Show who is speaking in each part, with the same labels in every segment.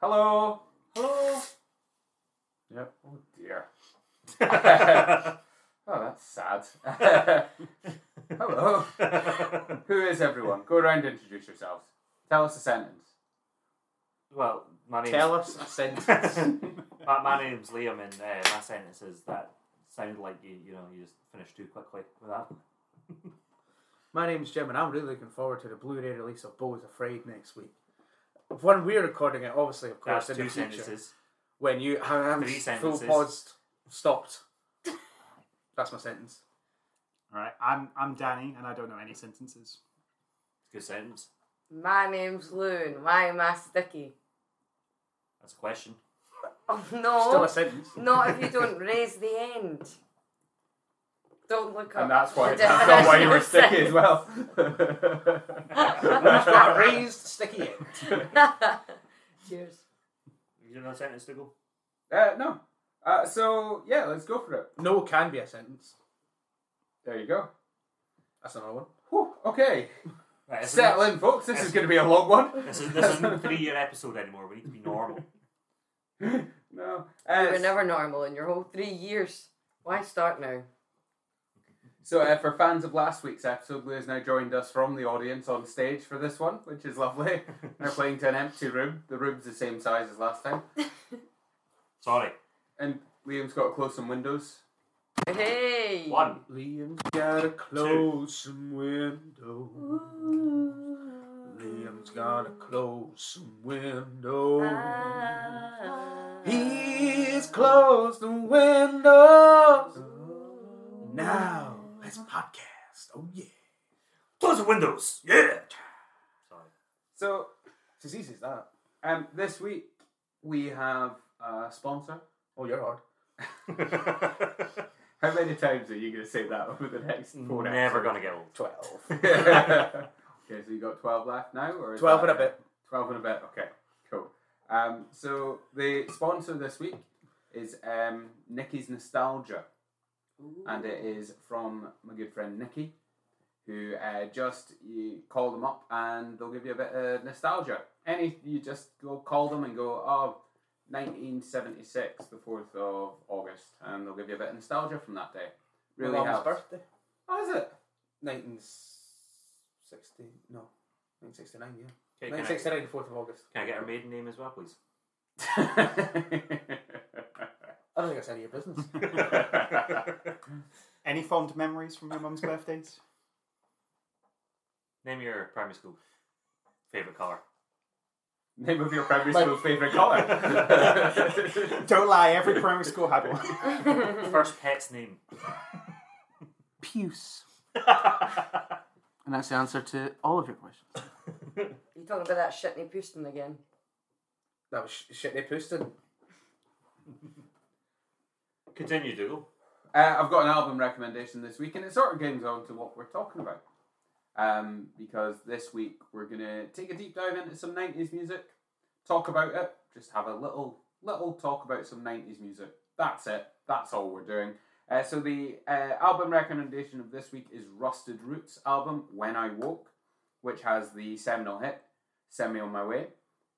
Speaker 1: Hello.
Speaker 2: Hello.
Speaker 1: Yep. Oh dear. oh, that's sad. Hello. Who is everyone? Go around and introduce yourselves. Tell us a sentence.
Speaker 2: well, my name's
Speaker 3: Tell us a sentence.
Speaker 2: my, my name's Liam, and uh, my sentence is that sounded like you you know you just finished too quickly with that.
Speaker 3: My name's Jim, and I'm really looking forward to the Blu-ray release of Bo's Afraid next week. When we're recording it, obviously, of course,
Speaker 2: That's
Speaker 3: in
Speaker 2: two
Speaker 3: the future,
Speaker 2: sentences.
Speaker 3: when you I haven't
Speaker 2: Three
Speaker 3: full
Speaker 2: sentences.
Speaker 3: paused, stopped. That's my sentence.
Speaker 4: All right, I'm I'm Danny, and I don't know any sentences.
Speaker 2: Good sentence.
Speaker 5: My name's Loon. Why am I sticky?
Speaker 2: That's a question.
Speaker 5: Oh
Speaker 3: Still
Speaker 5: no!
Speaker 3: a sentence.
Speaker 5: Not if you don't raise the end. Don't look up.
Speaker 1: And that's why
Speaker 5: the
Speaker 1: that's not why you were
Speaker 5: definition of
Speaker 1: sticky as well.
Speaker 3: It's got a raised sticky end.
Speaker 5: sentence. Cheers.
Speaker 2: You got another sentence to go?
Speaker 1: uh, no. Uh, so yeah, let's go for it.
Speaker 3: No can be a sentence.
Speaker 1: There you go.
Speaker 3: That's another one.
Speaker 1: Whew, okay.
Speaker 2: Right, this,
Speaker 1: Settle
Speaker 2: is,
Speaker 1: in, folks. This is going to be a long one.
Speaker 2: this, is, this isn't a three year episode anymore. We need to be normal.
Speaker 1: No.
Speaker 5: You
Speaker 1: Uh,
Speaker 5: were never normal in your whole three years. Why start now?
Speaker 1: So, uh, for fans of last week's episode, Lou has now joined us from the audience on stage for this one, which is lovely. They're playing to an empty room. The room's the same size as last time.
Speaker 2: Sorry.
Speaker 1: And Liam's got to close some windows.
Speaker 5: Hey.
Speaker 2: One.
Speaker 3: Liam's gotta close some window. Liam's gotta close some window.
Speaker 5: Ah.
Speaker 3: He's closed the windows. Now let's podcast. Oh yeah.
Speaker 2: Close the windows. Yeah. Sorry.
Speaker 1: So,
Speaker 3: It's as easy as that.
Speaker 1: um, this week we have a sponsor.
Speaker 3: Oh, you're hard.
Speaker 1: How many times are you going to say that over the next four
Speaker 2: Never gonna get old.
Speaker 3: Twelve.
Speaker 1: okay, so you got 12 left now? or is
Speaker 3: Twelve
Speaker 1: that
Speaker 3: and a
Speaker 1: it?
Speaker 3: bit.
Speaker 1: 12 and a bit, okay, cool. Um, so, the sponsor this week is um, Nikki's Nostalgia. and it is from my good friend Nikki, who uh, just you call them up and they'll give you a bit of nostalgia. Any you just go call them and go, oh, 1976, the 4th of August, and they'll give you a bit of nostalgia from that day. Really
Speaker 3: My mum's
Speaker 1: helps.
Speaker 3: birthday.
Speaker 1: Oh, is it?
Speaker 3: 1960. No. 1969. Yeah.
Speaker 2: Okay, can, I,
Speaker 3: 1969. The 4th of August.
Speaker 2: can I get her maiden name as well, please?
Speaker 3: I don't think that's any of your business.
Speaker 4: Any fond memories from your mum's birthdays?
Speaker 2: Name your primary school favorite color.
Speaker 1: Name of your primary
Speaker 3: My-
Speaker 1: school favourite colour.
Speaker 4: Don't lie, every primary school had one.
Speaker 2: First pet's name.
Speaker 3: Puce. And that's the answer to all of your questions.
Speaker 5: You talking about that shitney Houston again?
Speaker 3: That was sh- shit they posted.
Speaker 2: Continue, Dougal.
Speaker 1: Uh, I've got an album recommendation this week, and it sort of goes on to what we're talking about. Um, because this week we're gonna take a deep dive into some '90s music, talk about it, just have a little little talk about some '90s music. That's it. That's all we're doing. Uh, so the uh, album recommendation of this week is Rusted Roots album "When I Walk," which has the seminal hit "Send Me on My Way,"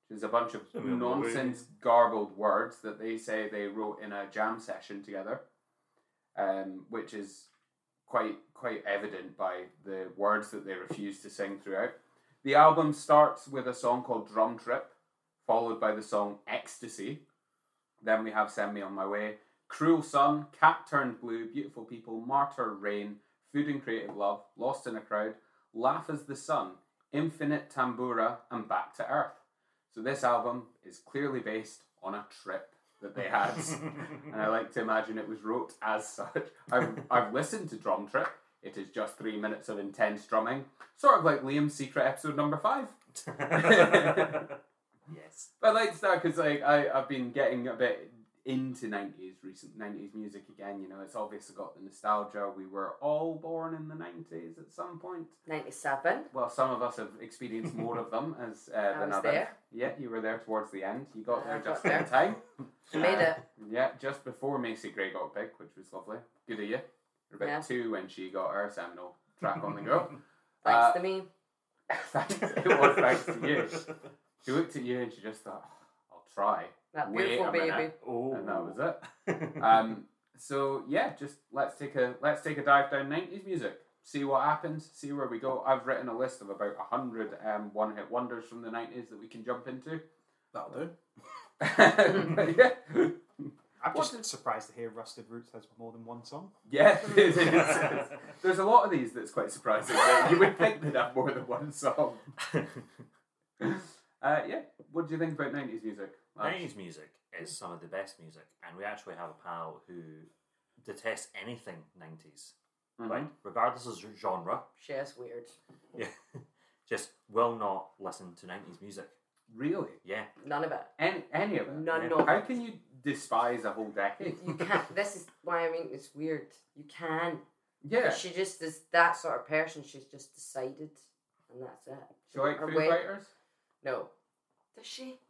Speaker 1: which is a bunch of
Speaker 2: Send Me On My Way.
Speaker 1: nonsense garbled words that they say they wrote in a jam session together um, which is quite quite evident by the words that they refuse to sing throughout. The album starts with a song called Drum Trip, followed by the song Ecstasy. Then we have Send Me on My Way, Cruel Sun, Cat Turned Blue, Beautiful People, Martyr Rain, Food and Creative Love, Lost in a Crowd, Laugh as the Sun, Infinite Tambura, and Back to Earth. So this album is clearly based on a trip that they had and I like to imagine it was wrote as such. I've, I've listened to Drum Trip. It is just three minutes of intense drumming, sort of like Liam's secret episode number five.
Speaker 2: yes.
Speaker 1: But I like that because like I I've been getting a bit into nineties recent nineties music again. You know, it's obviously got the nostalgia. We were all born in the nineties at some point.
Speaker 5: Ninety-seven.
Speaker 1: Well, some of us have experienced more of them as uh,
Speaker 5: I
Speaker 1: than
Speaker 5: was
Speaker 1: others.
Speaker 5: there.
Speaker 1: Yeah, you were there towards the end. You got
Speaker 5: I
Speaker 1: there
Speaker 5: got
Speaker 1: just
Speaker 5: there.
Speaker 1: in time.
Speaker 5: I made
Speaker 1: Uh,
Speaker 5: it.
Speaker 1: Yeah, just before Macy Gray got picked, which was lovely. Good of you. Rebecca
Speaker 5: Yeah.
Speaker 1: two when she got her seminal track on the go.
Speaker 5: Thanks
Speaker 1: Uh,
Speaker 5: to me.
Speaker 1: thanks, it was thanks to you. She looked at you and she just thought, "Oh, "I'll Fry,
Speaker 5: That
Speaker 1: Wait
Speaker 5: beautiful
Speaker 1: a
Speaker 5: baby.
Speaker 1: minute.
Speaker 2: Oh,
Speaker 1: and that was it.
Speaker 2: it.
Speaker 1: Um, so yeah, just let's take a let's take a dive down nineties music. See what happens. See where we go. I've written a list of about hundred um, one-hit wonders from the nineties that we can jump into.
Speaker 3: That'll do.
Speaker 1: But yeah,
Speaker 4: I'm
Speaker 1: What
Speaker 4: just surprised to hear Rusted Roots has more than one song.
Speaker 1: yeah. It is. There's a lot of these that's quite surprising. though. You would think they'd have more than one song. Uh, yeah. What do you think about nineties music? lads?
Speaker 2: Nineties music is some of the best music, and we actually have a pal who detests anything 90s
Speaker 1: Mhm.
Speaker 2: Like regardless of genre,
Speaker 5: She is weird.
Speaker 2: yeah, just will not listen to nineties music.
Speaker 1: Really?
Speaker 2: Yeah,
Speaker 5: None of it.
Speaker 1: Any any of it?
Speaker 5: None
Speaker 2: Yeah.
Speaker 5: of
Speaker 1: How
Speaker 5: it.
Speaker 1: can you despise a whole decade?
Speaker 5: You can't. This is why I mean it's weird. You can.
Speaker 1: Yeah.
Speaker 5: She just is that sort of person. She's just decided, and that's it.
Speaker 1: She like
Speaker 5: Her
Speaker 1: Foo
Speaker 5: way-
Speaker 1: Fighters.
Speaker 5: No. Does she?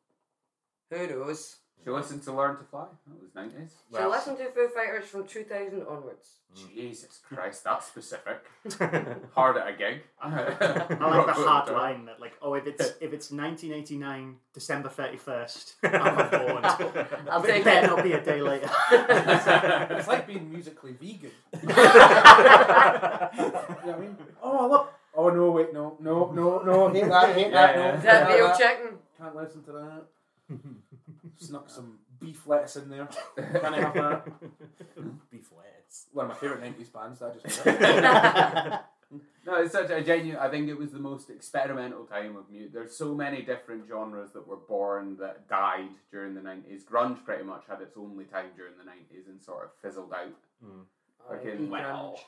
Speaker 5: Who knows?
Speaker 1: She listened to Learn to Fly. That was nineties.
Speaker 5: she listened to Foo Fighters from 2000 onwards.
Speaker 1: Jesus Christ, that's specific.
Speaker 2: to.
Speaker 1: Hard at a gig.
Speaker 4: I like the hard line that like, oh, if it's if it's 1989 December 31st, I'm on board.
Speaker 5: I'll
Speaker 4: But it
Speaker 5: take
Speaker 4: better
Speaker 5: it.
Speaker 4: not be a day later.
Speaker 3: It's like being musically vegan. You know what I mean? Oh, look. Oh, no, wait, no, no, no, no. Hate that, hate that.
Speaker 1: Yeah.
Speaker 3: No,
Speaker 5: Is that
Speaker 3: can't have
Speaker 5: veal
Speaker 3: that.
Speaker 5: chicken?
Speaker 3: Can't listen to that. Snuck some beef lettuce in there. Can I have that?
Speaker 2: Beef lettuce.
Speaker 3: One of my favourite 90s bands that I just
Speaker 1: No, it's such a genuine. I think it was the most experimental time of music. There's so many different genres that were born that died during the 90s. Grunge pretty much had its only time during the 90s and sort of fizzled out. Like
Speaker 5: R.I.P.
Speaker 1: in,
Speaker 5: grunge.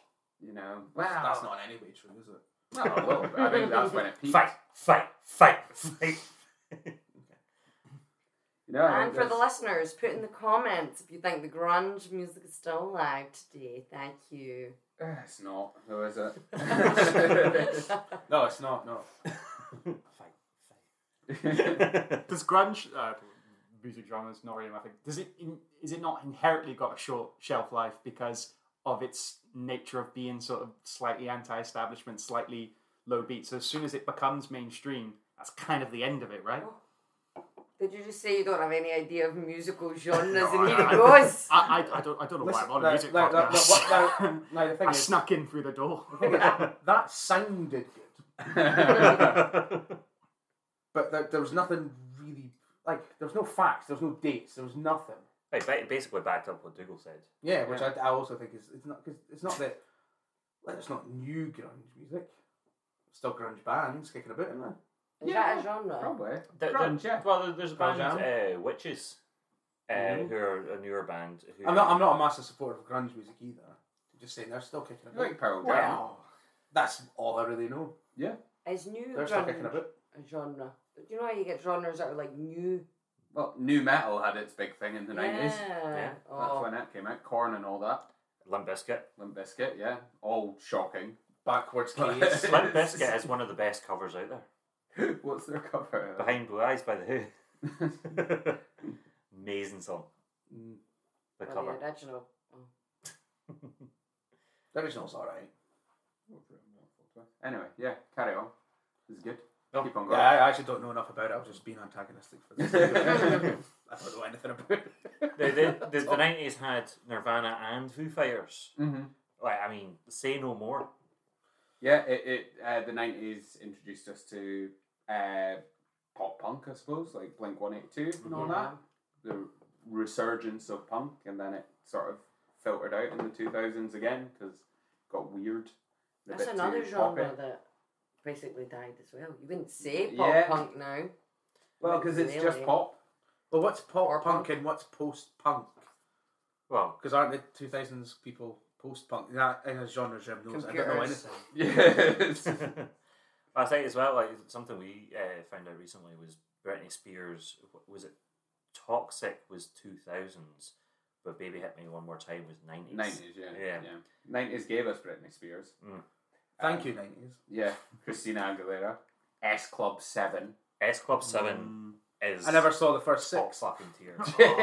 Speaker 1: You know?
Speaker 5: Wow.
Speaker 3: That's not any way true, is it?
Speaker 1: Well, a little bit. I think that's when it peaked.
Speaker 2: Fight, fight, fight, fight.
Speaker 1: You know, I
Speaker 5: and
Speaker 1: think
Speaker 5: for the
Speaker 1: there's-
Speaker 5: listeners, put in the comments if you think the grunge music is still alive today. Thank you.
Speaker 1: Eh, It's not, though, is it?
Speaker 3: No, it's not, no.
Speaker 2: fight, fight.
Speaker 4: Does grunge uh, music genre is not really my thing. Does it in, is it not inherently got a short shelf life because of its nature of being sort of slightly anti-establishment, slightly low beat? So as soon as it becomes mainstream, that's kind of the end of it, right?
Speaker 5: Did you just say you don't have any idea of musical genres
Speaker 4: No,
Speaker 5: and here
Speaker 4: I-
Speaker 5: it goes?
Speaker 4: I, I, I don't I don't know why I'm on a
Speaker 3: no,
Speaker 4: music
Speaker 3: no, no, no,
Speaker 4: podcast.
Speaker 3: what- no, no, the thing
Speaker 4: I
Speaker 3: is,
Speaker 4: snuck in through the door.
Speaker 3: that sounded good, but there, there was nothing really, like, there was no facts, there was no dates, there was nothing.
Speaker 2: Hey, ba- basically backed up what Dougal said.
Speaker 3: Yeah, which I, I also think is it's not cause it's not that like it's not new grunge music. Still grunge bands kicking about, isn't there?
Speaker 5: Is
Speaker 1: Yeah,
Speaker 5: that a genre?
Speaker 1: Probably.
Speaker 2: There-
Speaker 1: Grunge,
Speaker 2: there-
Speaker 1: yeah.
Speaker 2: Well, there- there's a
Speaker 3: Pearl
Speaker 2: band, uh, Witches, uh,
Speaker 3: Mhm.
Speaker 2: who are a newer band. Who,
Speaker 3: I'm not I'm not a massive supporter of grunge music either. I'm just saying they're still kicking
Speaker 1: You
Speaker 3: about.
Speaker 1: like Pearl Jam.
Speaker 5: Wow.
Speaker 3: That's all I really know.
Speaker 5: Is new
Speaker 3: They're still kicking
Speaker 5: grunge
Speaker 3: about.
Speaker 5: a genre? But do you know how you get genres that are like new?
Speaker 1: Well, new metal had its big thing in the 90s.
Speaker 5: Yeah.
Speaker 1: That's
Speaker 5: Oh.
Speaker 1: when that came out. Corn and all that.
Speaker 2: Limp Bizkit.
Speaker 1: Limp Biscuit, yeah. All shocking.
Speaker 3: Backwards
Speaker 1: keys.
Speaker 3: keys.
Speaker 2: Limp Bizkit is one of the best covers out there.
Speaker 1: What's their cover?
Speaker 2: Behind Blue Eyes by The Who. Amazing song.
Speaker 3: Mm.
Speaker 2: The
Speaker 5: Well,
Speaker 2: cover.
Speaker 5: The original.
Speaker 1: Mm-hmm.
Speaker 5: Oh.
Speaker 3: the original's alright.
Speaker 1: Anyway, yeah, carry on. This is good.
Speaker 2: No.
Speaker 1: Keep on
Speaker 3: Yeah,
Speaker 1: going.
Speaker 3: I actually don't know enough about it. I was just being antagonistic for this. I don't know anything about it.
Speaker 2: The, the, the, the 90s had Nirvana and Foo Fighters.
Speaker 1: hmm
Speaker 2: Like, I mean, say no more.
Speaker 1: Yeah, it, it uh, the 90s introduced us to uh, pop punk, I suppose, like Blink 182 and all
Speaker 5: Yeah.
Speaker 1: that. The resurgence of punk, and then it sort of filtered out in the 2000s again because it got weird. and a
Speaker 5: That's
Speaker 1: bit
Speaker 5: another
Speaker 1: too
Speaker 5: genre
Speaker 1: poppy. Mm-hmm.
Speaker 5: that basically died as well. You wouldn't say pop
Speaker 1: Yeah.
Speaker 5: punk now.
Speaker 1: Well, because it's just
Speaker 5: Really?
Speaker 1: pop.
Speaker 3: But what's
Speaker 5: Or
Speaker 3: pop
Speaker 5: punk.
Speaker 3: punk and what's post punk?
Speaker 2: Well,
Speaker 3: Because aren't the two thousands people post punk? That in a genre Jim knows. I don't know
Speaker 5: Computers.
Speaker 3: anything.
Speaker 1: Yes.
Speaker 2: I think as well, like something we uh, found out recently was Britney Spears. w- Was it Toxic? Was two thousands, but Baby Hit Me One More Time was nineties.
Speaker 1: Nineties, yeah,
Speaker 2: Yeah.
Speaker 1: Nineties gave us Britney Spears.
Speaker 2: Mm.
Speaker 3: Thank you, nineties.
Speaker 1: Yeah, Christina Aguilera, S Club Seven.
Speaker 2: S Club Seven is.
Speaker 3: Mm. I never saw the first six.
Speaker 2: fucking tears. Hey,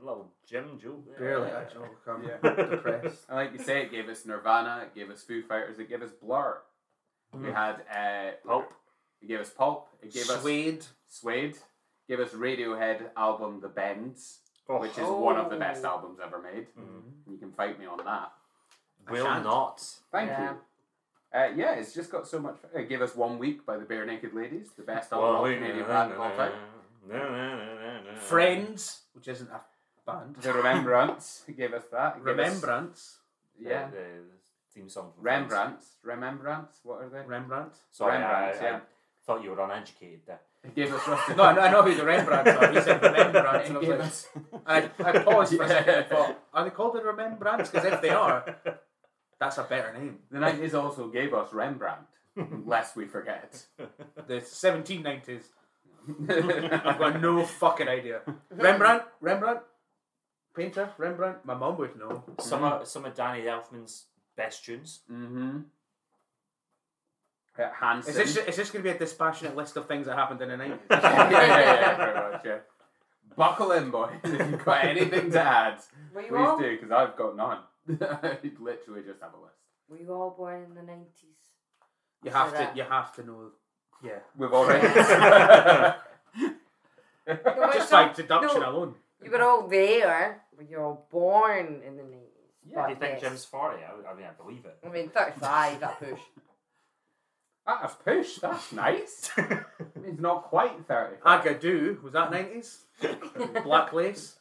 Speaker 2: Little Jim Joe. there.
Speaker 3: Barely a joke. I'm
Speaker 1: Yeah.
Speaker 3: depressed.
Speaker 1: And like you say, it gave us Nirvana, it gave us Foo Fighters, it gave us Blur. We
Speaker 2: Mm.
Speaker 1: had uh,
Speaker 2: Pulp.
Speaker 1: It gave us Pulp. It gave us
Speaker 3: Suede.
Speaker 1: Suede. Gave us Radiohead album The Bends, which is one of the best albums ever made.
Speaker 2: Mm.
Speaker 1: You can fight me on that.
Speaker 2: Will
Speaker 3: shan't.
Speaker 2: not.
Speaker 1: Thank
Speaker 5: Yeah.
Speaker 1: you. Uh, yeah, it's just got so much. It gave us One Week by the Bare Naked Ladies, the best album of Canadian band of all time.
Speaker 3: Friends, which isn't a band.
Speaker 1: The Remembrance gave us that. It gave us-
Speaker 3: Remembrance.
Speaker 1: yeah.
Speaker 2: The, the theme song. from Friends.
Speaker 1: Rembrandts. Remembrance. What are they?
Speaker 3: Rembrandt.
Speaker 2: Sorry,
Speaker 1: Rembrandts,
Speaker 2: I, I,
Speaker 1: yeah.
Speaker 2: thought you were uneducated there.
Speaker 1: It gave us Rusty.
Speaker 3: No, I know- I know who the Rembrandts are. He said Rembrandts, and I was
Speaker 1: It
Speaker 3: like,
Speaker 1: gave us-
Speaker 3: I, I paused for a second and thought, are they called the Remembrance? Because if they are, that's a better name.
Speaker 1: the nineties also gave us Rembrandt, lest we forget.
Speaker 3: The 1790s. I've got no fucking idea. Rembrandt? Rembrandt? Painter? Rembrandt? My mum would know.
Speaker 2: Some of some of Danny Elfman's best tunes.
Speaker 1: mm-hmm. Uh, Hanson.
Speaker 3: Is this, is this going to be a dispassionate list of things that happened in the 90s?
Speaker 1: yeah, yeah, yeah, pretty much, yeah. Buckle in, boys. If you've got anything to add,
Speaker 5: Were you,
Speaker 1: please
Speaker 5: all,
Speaker 1: do, because I've got none. I literally just have a list.
Speaker 5: were you all born in the 90s?
Speaker 3: You have to, you have to know. Yeah.
Speaker 1: We've already.
Speaker 5: No, but
Speaker 3: Just
Speaker 5: no,
Speaker 3: by deduction
Speaker 5: no,
Speaker 3: alone.
Speaker 5: You were all there, but you're all born in the 90s.
Speaker 1: Yeah,
Speaker 5: But
Speaker 2: Do you think
Speaker 5: yes.
Speaker 2: Jim's forty? I, would- I mean, I believe it.
Speaker 5: I mean, 35 at push.
Speaker 1: Out of push, that's nice. It's not quite 30.
Speaker 3: Agadoo, was that 90s? Black Lace?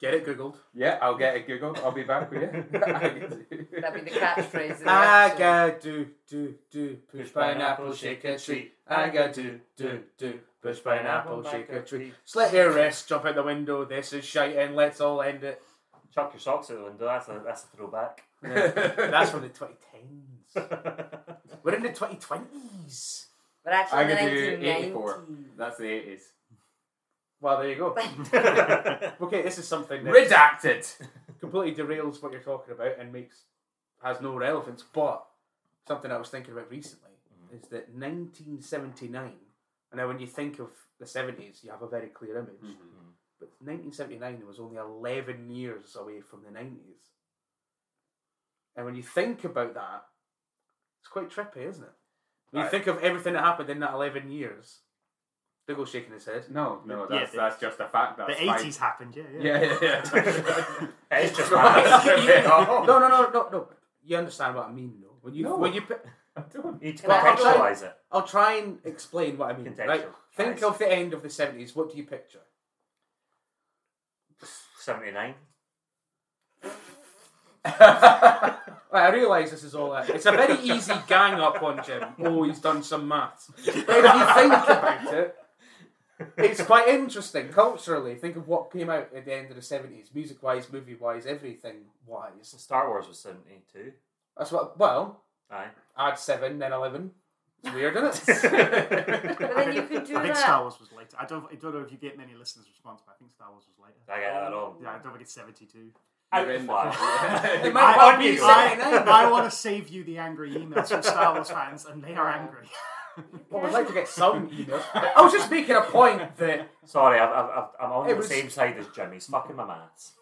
Speaker 3: Get it googled.
Speaker 1: Yeah, I'll get a Google. I'll be back with you.
Speaker 5: That'd be the catchphrase. Of the episode.
Speaker 3: Agadoo, do, do, push pineapple, shake a tree. Agadoo, do, do, push pineapple, shake a tree. Just let your rest jump out the window. This is shite and let's all end it.
Speaker 2: Chuck your socks out the window. That's a that's a throwback.
Speaker 3: That's from the 2010s. We're in the 2020s.
Speaker 5: But actually,
Speaker 1: I could do
Speaker 5: the
Speaker 1: 84.
Speaker 5: 1990s.
Speaker 1: That's the 80s.
Speaker 3: Well, there you go.
Speaker 2: That's
Speaker 3: Okay, this is something that
Speaker 1: Redacted!
Speaker 3: completely derails what you're talking about and makes has no relevance. But something I was thinking about recently is that 1979. And now, when you think of the 70s, you have a very clear image. But 1979 was only 11 years away from the 90s. And when you think about that, it's quite trippy, isn't it? When you
Speaker 1: Right.
Speaker 3: think of everything that happened in that 11 years, Dougal's shaking his head.
Speaker 1: No, no,
Speaker 4: Yeah,
Speaker 1: that's,
Speaker 4: the-
Speaker 1: that's just a fact. That's
Speaker 4: the
Speaker 1: fine.
Speaker 4: eighties happened, yeah, yeah.
Speaker 1: Yeah, yeah, yeah.
Speaker 2: It's just maths.
Speaker 3: No, no, no, no, no. You understand what I mean, though. When you,
Speaker 1: No.
Speaker 3: when you, pi-
Speaker 2: You need to
Speaker 5: Can I have
Speaker 2: contextualise it.
Speaker 3: I'll try and explain what I mean. Right?
Speaker 2: Contextual.
Speaker 3: Think
Speaker 2: Nice.
Speaker 3: of the end of the 70s. What do you picture?
Speaker 2: Seventy nine.
Speaker 3: Right, I realise this is all that. It's a very easy gang up on Jim. Oh, he's done some maths. But if you think about it, it's quite interesting culturally. Think of what came out at the end of the 70s, music wise, movie wise, everything wise.
Speaker 2: Star Wars was seventy two.
Speaker 3: That's what, well,
Speaker 2: Aye.
Speaker 3: add 7, then 11. It's weird, isn't it?
Speaker 5: But then you could do
Speaker 4: I think
Speaker 5: that.
Speaker 4: Star Wars was later. I don't, I don't know if you get many listeners' response, but I think Star Wars was later.
Speaker 2: I get that wrong.
Speaker 4: Yeah, I don't think it's 72.
Speaker 2: Out
Speaker 1: You're
Speaker 2: the
Speaker 1: in the-
Speaker 2: fly.
Speaker 3: It
Speaker 4: I,
Speaker 3: might well
Speaker 4: I-
Speaker 3: be
Speaker 4: I,
Speaker 3: 79.
Speaker 4: I want to save you the angry emails from Star Wars fans, and they are angry.
Speaker 3: Well, we'd like to get some emails. I was just making a point that
Speaker 2: Sorry, I've, I've, I've- I'm on
Speaker 3: It
Speaker 2: the
Speaker 3: was-
Speaker 2: same side as Jim. He's fucking my maths.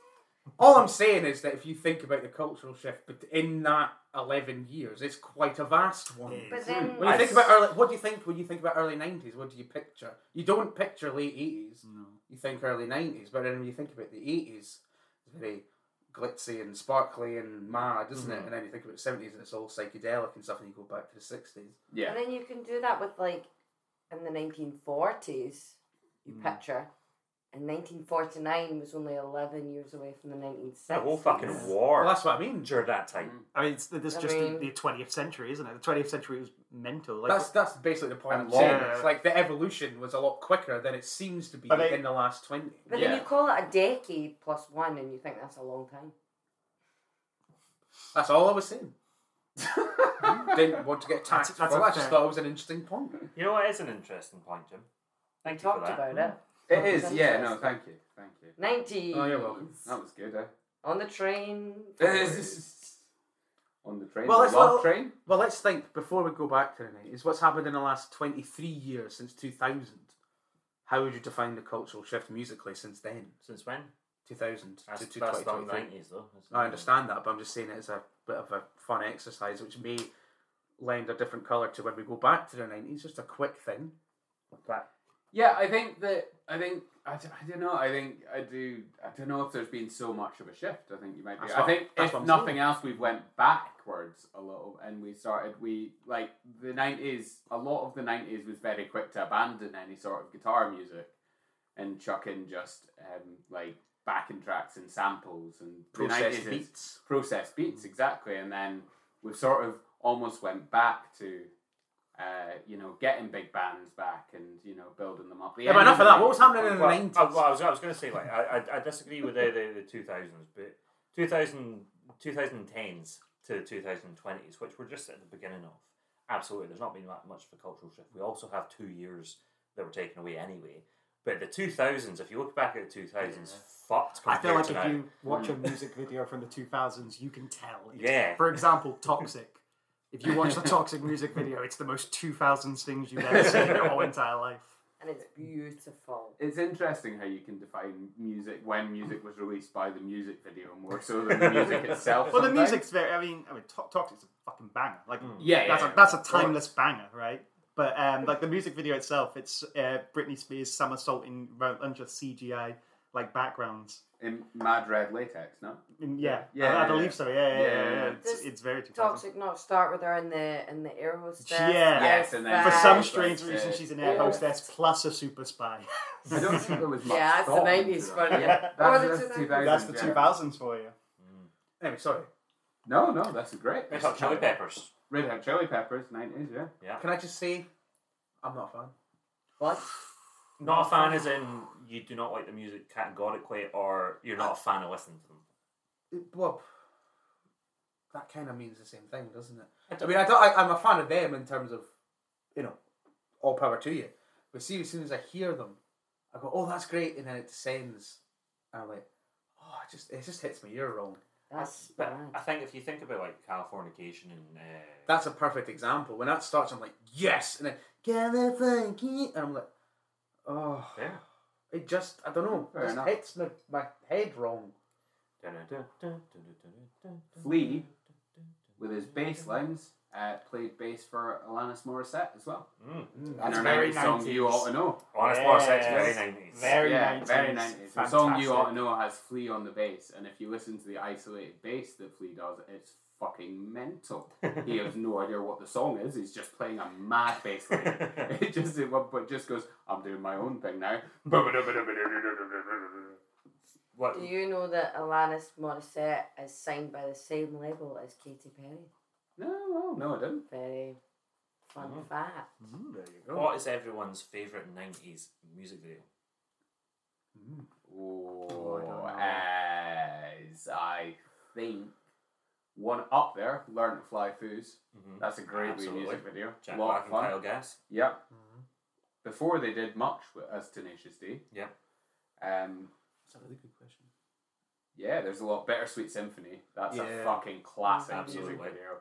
Speaker 3: all I'm saying is that if you think about the cultural shift, but in that 11 years, it's quite a vast one.
Speaker 5: But then,
Speaker 3: When you
Speaker 2: I s-
Speaker 3: think about early, what do you think when you think about early nineties? What do you picture? You don't picture late eighties. You think early nineties, but then when you think about the eighties, it's very glitzy and sparkly and mad, isn't
Speaker 4: Mm.
Speaker 3: it? And then you think about the seventies, and it's all psychedelic and stuff, and you go back to the sixties.
Speaker 1: yeah.
Speaker 5: and then you can do that with like in the 1940s, you picture. And 1949 was only 11 years away from the 1960s.
Speaker 2: That whole fucking
Speaker 3: Well,
Speaker 2: war
Speaker 3: that's what I mean.
Speaker 2: during that time.
Speaker 4: I mean, it's, this is
Speaker 5: I
Speaker 4: just
Speaker 5: mean-
Speaker 4: the, the 20th century, isn't it? The 20th century was mental. Like,
Speaker 3: That's that's basically the point. I'm
Speaker 1: And
Speaker 3: saying.
Speaker 4: long.
Speaker 3: It's like the evolution was a lot quicker than it seems to be
Speaker 4: But they-
Speaker 3: in the last twenty.
Speaker 5: But
Speaker 1: Yeah.
Speaker 5: then you call it a decade plus one and you think that's a long time.
Speaker 3: That's all I was saying. Didn't want to get attacked.
Speaker 4: That's- that's
Speaker 3: for it.
Speaker 4: a
Speaker 3: I just
Speaker 4: fair-
Speaker 3: thought it was an interesting point.
Speaker 2: You know what is an interesting point, Jim?
Speaker 5: We
Speaker 2: Thank you for
Speaker 5: talked
Speaker 2: that.
Speaker 5: about it.
Speaker 1: It is, yeah, no, thank you. Thank you.
Speaker 5: 90s.
Speaker 3: Oh, you're welcome.
Speaker 1: That was good,
Speaker 5: On the train.
Speaker 1: eh? On the train.
Speaker 3: Well,
Speaker 1: the
Speaker 3: let's
Speaker 1: love
Speaker 3: not-
Speaker 1: train?
Speaker 3: Well, let's think before we go back to the nineties. What's happened in the last twenty-three years since two thousand? How would you define the cultural shift musically since then,
Speaker 2: Since when?
Speaker 3: two thousand
Speaker 2: That's,
Speaker 3: to two
Speaker 2: that's
Speaker 3: twenty
Speaker 2: the
Speaker 3: twenty-three?
Speaker 2: nineties though. That's-
Speaker 3: I understand that, but I'm just saying it's a bit of a fun exercise, which may lend a different colour to when we go back to the 90s. Just a quick thing. But
Speaker 1: Yeah, I think that I think I, d- I don't know. I think I do. I don't know if there's been so much of a shift. I think you might be.
Speaker 3: That's
Speaker 1: I
Speaker 3: what-
Speaker 1: think
Speaker 3: that's
Speaker 1: if
Speaker 3: what I'm
Speaker 1: nothing
Speaker 3: saying.
Speaker 1: else, we went backwards a little, and we started. We like the nineties. A lot of the nineties was very quick to abandon any sort of guitar music, and chuck in just um, like backing tracks and samples and the
Speaker 3: process
Speaker 1: 90s is-
Speaker 3: beats.
Speaker 1: process beats exactly and then we sort of almost went back to uh, you know getting big bands back and you know building them up the
Speaker 3: Yeah, but enough of that. What was happening in the
Speaker 2: Well,
Speaker 3: 90s?
Speaker 2: I, well, I was, I was going to say like I, I, I disagree with the the, the 2000s, but 2000, 2010s to the 2020s, which we're just at the beginning of. Absolutely, there's not been that much of a cultural shift. We also have two years that were taken away anyway. But the 2000s, if you look back at the 2000s, fucked
Speaker 4: I
Speaker 2: compared
Speaker 4: feel like
Speaker 2: to
Speaker 4: if
Speaker 2: now.
Speaker 4: you watch a
Speaker 5: Mm.
Speaker 4: music video from the 2000s, you can tell. It's-
Speaker 2: Yeah.
Speaker 4: For example, Toxic. If you watch the Toxic music video, it's the most 2000s things you've ever seen in your whole entire life.
Speaker 5: and it's beautiful.
Speaker 1: it's interesting how you can define music when music was released by the music video more so than the music itself
Speaker 4: Well, the
Speaker 1: sometimes.
Speaker 4: music's very. I mean, I mean, To- Toxic's a fucking banger. Like,
Speaker 1: yeah,
Speaker 4: that's
Speaker 1: yeah,
Speaker 4: a, that's a timeless banger, right? But um, like the music video itself, it's uh, Britney Spears somersaulting around under CGI like backgrounds.
Speaker 1: in mad red latex no
Speaker 4: And yeah,
Speaker 1: Yeah,
Speaker 4: I, I
Speaker 1: yeah,
Speaker 4: believe
Speaker 1: yeah.
Speaker 4: so. Yeah, yeah, yeah. yeah,
Speaker 1: Yeah, yeah.
Speaker 4: It's, it's very 2000s.
Speaker 5: Toxic not start with her in the in the air hostess.
Speaker 4: Yeah.
Speaker 5: How
Speaker 1: Yes, and then-
Speaker 5: bad.
Speaker 4: For some
Speaker 1: Right,
Speaker 4: strange
Speaker 1: right,
Speaker 4: reason,
Speaker 1: yeah.
Speaker 4: she's an air
Speaker 5: Yeah.
Speaker 4: hostess plus a super spy.
Speaker 1: I don't think there was much
Speaker 5: Yeah, that's the
Speaker 1: thought
Speaker 5: 90s
Speaker 1: into
Speaker 5: for
Speaker 1: that.
Speaker 5: you.
Speaker 4: Yeah.
Speaker 1: That's,
Speaker 5: Or the
Speaker 1: that's
Speaker 5: 2000s.
Speaker 1: 2000s,
Speaker 4: That's the
Speaker 1: yeah.
Speaker 4: 2000s for you.
Speaker 3: Anyway, sorry.
Speaker 1: No, no, that's great.
Speaker 2: Red Hot Chili Peppers.
Speaker 1: Red Hot Chili Peppers, 90s, yeah.
Speaker 3: Can I just say, I'm not a fan.
Speaker 5: What?
Speaker 2: Not a fan, as in you do not like the music categorically, or you're not a fan of listening to them.
Speaker 3: It- Well, that kind of means the same thing, doesn't it? I, mean, I don't. I, I'm a fan of them in terms of, you know, all power to you. But see, as soon as I hear them, I go, "Oh, that's great," and then it descends, and I'm like, "Oh, it just it just hits my ear wrong."
Speaker 5: That's
Speaker 2: But
Speaker 5: bad.
Speaker 2: I think if you think about like Californication and uh,
Speaker 3: That's a perfect example. When that starts, I'm like, "Yes," and then California, and I'm like, "Oh,
Speaker 2: yeah.
Speaker 3: it just I don't know, it
Speaker 1: Fair
Speaker 3: just
Speaker 1: enough.
Speaker 3: hits my, my head wrong."
Speaker 1: Flea, with his bass lines, uh, played bass for Alanis Morissette as well.
Speaker 2: Mm.
Speaker 1: and
Speaker 4: That's
Speaker 1: her
Speaker 4: very
Speaker 1: 90s song You
Speaker 4: 90s.
Speaker 1: Ought to Know.
Speaker 2: Honest
Speaker 4: Yes.
Speaker 2: more sex, very nineties.
Speaker 4: Very
Speaker 1: yeah,
Speaker 4: 90s.
Speaker 1: very 90s. The song You Ought to
Speaker 4: Fantastic.
Speaker 1: Know has Flea on the bass, and if you listen to the isolated bass that Flea does, it's fucking mental. he has no idea what the song is, he's just playing a mad bass line. it just at one point just goes, I'm doing my own thing now.
Speaker 2: What?
Speaker 5: Do you know that Alanis Morissette is signed by the same label as Katy Perry?
Speaker 1: No, no, no, I didn't.
Speaker 5: Very fun
Speaker 3: Mm-hmm.
Speaker 2: Mhm.
Speaker 5: fact.
Speaker 3: Mm, There you
Speaker 2: What is everyone's favorite nineties music video?
Speaker 3: Mm.
Speaker 1: Oh,
Speaker 4: I don't know.
Speaker 1: as I think one up there, Learn to Fly Foos.
Speaker 2: Mhm.
Speaker 1: That's a great
Speaker 2: Absolutely.
Speaker 1: wee music video.
Speaker 2: Jack
Speaker 1: lot
Speaker 2: Black
Speaker 1: of
Speaker 2: and
Speaker 1: fun.
Speaker 2: Kyle Gass.
Speaker 1: Yep. Before they did much with- as Tenacious D.
Speaker 2: Yep.
Speaker 1: Um,
Speaker 3: That's a really good question.
Speaker 1: yeah, there's a lot. Bittersweet Symphony. That's a
Speaker 3: Yeah.
Speaker 1: fucking classic
Speaker 2: Absolutely.
Speaker 1: music video.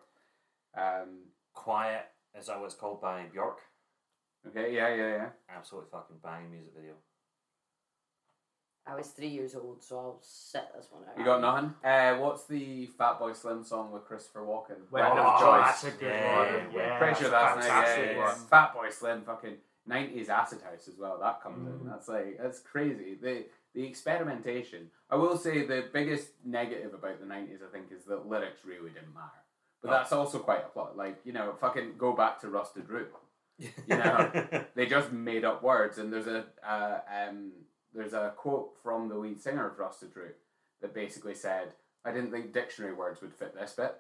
Speaker 1: Um,
Speaker 2: Quiet is that what it's called by Bjork?
Speaker 1: okay, yeah, yeah, yeah.
Speaker 2: Absolutely fucking banging music video.
Speaker 5: I was three years old, so I'll set this one out.
Speaker 1: You got nothing? Uh, what's the Fatboy Slim song with Christopher Walken?
Speaker 4: Well,
Speaker 1: Weapon
Speaker 4: oh,
Speaker 1: of
Speaker 4: that's a
Speaker 1: Choice.
Speaker 4: good
Speaker 2: Yeah,
Speaker 4: one.
Speaker 2: yeah,
Speaker 4: Yeah,
Speaker 1: Pretty sure that's nice. Yeah,
Speaker 2: fantastic
Speaker 1: yeah, yeah.
Speaker 2: one.
Speaker 1: Fat Boy Slim, fucking nineties acid house as well. That comes in. That's like that's crazy. The the experimentation. I will say the biggest negative about the nineties, I think, is that lyrics really didn't matter. But that's also quite a plot. Like you know, fucking go back to Rusted Root. You know. They just made up words, and there's a uh, um, there's a quote from the lead singer of Rusted Root that basically said, "I didn't think dictionary words would fit this bit."